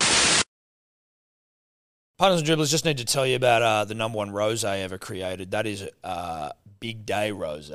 Speaker 8: Punters and dribblers just need to tell you about uh, the number one rose ever created. That is uh, Big Day Rose.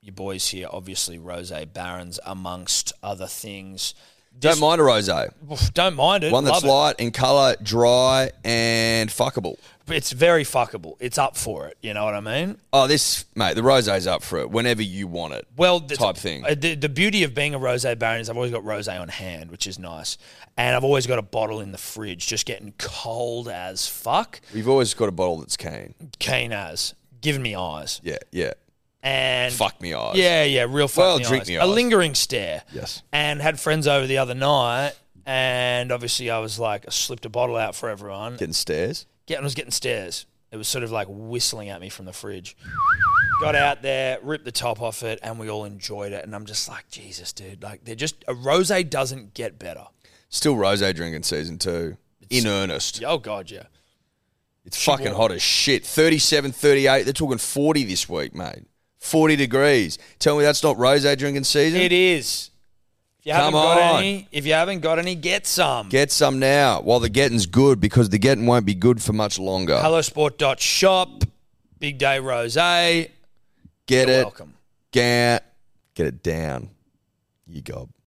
Speaker 8: Your boys here, obviously, Rose Barons, amongst other things.
Speaker 5: Don't mind a rosé.
Speaker 8: Oof, Don't mind it.
Speaker 5: One that's
Speaker 8: Love
Speaker 5: light in colour, dry, and fuckable.
Speaker 8: it. It's very fuckable. It's up for it. You know what I mean?
Speaker 5: Oh, this mate, the rosé's up for it whenever you want it.
Speaker 8: Well, the,
Speaker 5: Type thing.
Speaker 8: uh, The, the beauty of being a rosé baron is I've always got rosé on hand, which is nice, and I've always got a bottle in the fridge, just getting cold as fuck,
Speaker 5: We've always got a bottle that's keen.
Speaker 8: keen as, giving me eyes,
Speaker 5: Yeah, yeah.
Speaker 8: and
Speaker 5: Fuck me eyes.
Speaker 8: Yeah, yeah, real fuck
Speaker 5: Well,
Speaker 8: me
Speaker 5: drink
Speaker 8: eyes.
Speaker 5: me
Speaker 8: A
Speaker 5: eyes.
Speaker 8: lingering stare.
Speaker 5: Yes.
Speaker 8: And had friends over the other night, and obviously I was like, I slipped a bottle out for everyone.
Speaker 5: Getting stares.
Speaker 8: Getting, I was getting stares. It was sort of like whistling at me from the fridge. Got out there, ripped the top off it, and we all enjoyed it. And I'm just like, Jesus, dude. Like, they're just, a rose doesn't get better.
Speaker 5: Still rosé drinking season two. In earnest.
Speaker 8: Oh, God, yeah.
Speaker 5: It's fucking hot as shit. 37, 38. They're talking 40 this week, mate. 40 degrees. Tell me that's not rosé drinking season?
Speaker 8: It is. If you haven't
Speaker 5: Come
Speaker 8: got
Speaker 5: on.
Speaker 8: any, if you haven't got any, get some.
Speaker 5: Get some now while the getting's good because the getting won't be good for much longer.
Speaker 8: Hellosport.shop, Big Day Rose. Get
Speaker 5: Get it.
Speaker 8: Welcome.
Speaker 5: Get, get it down. You gob.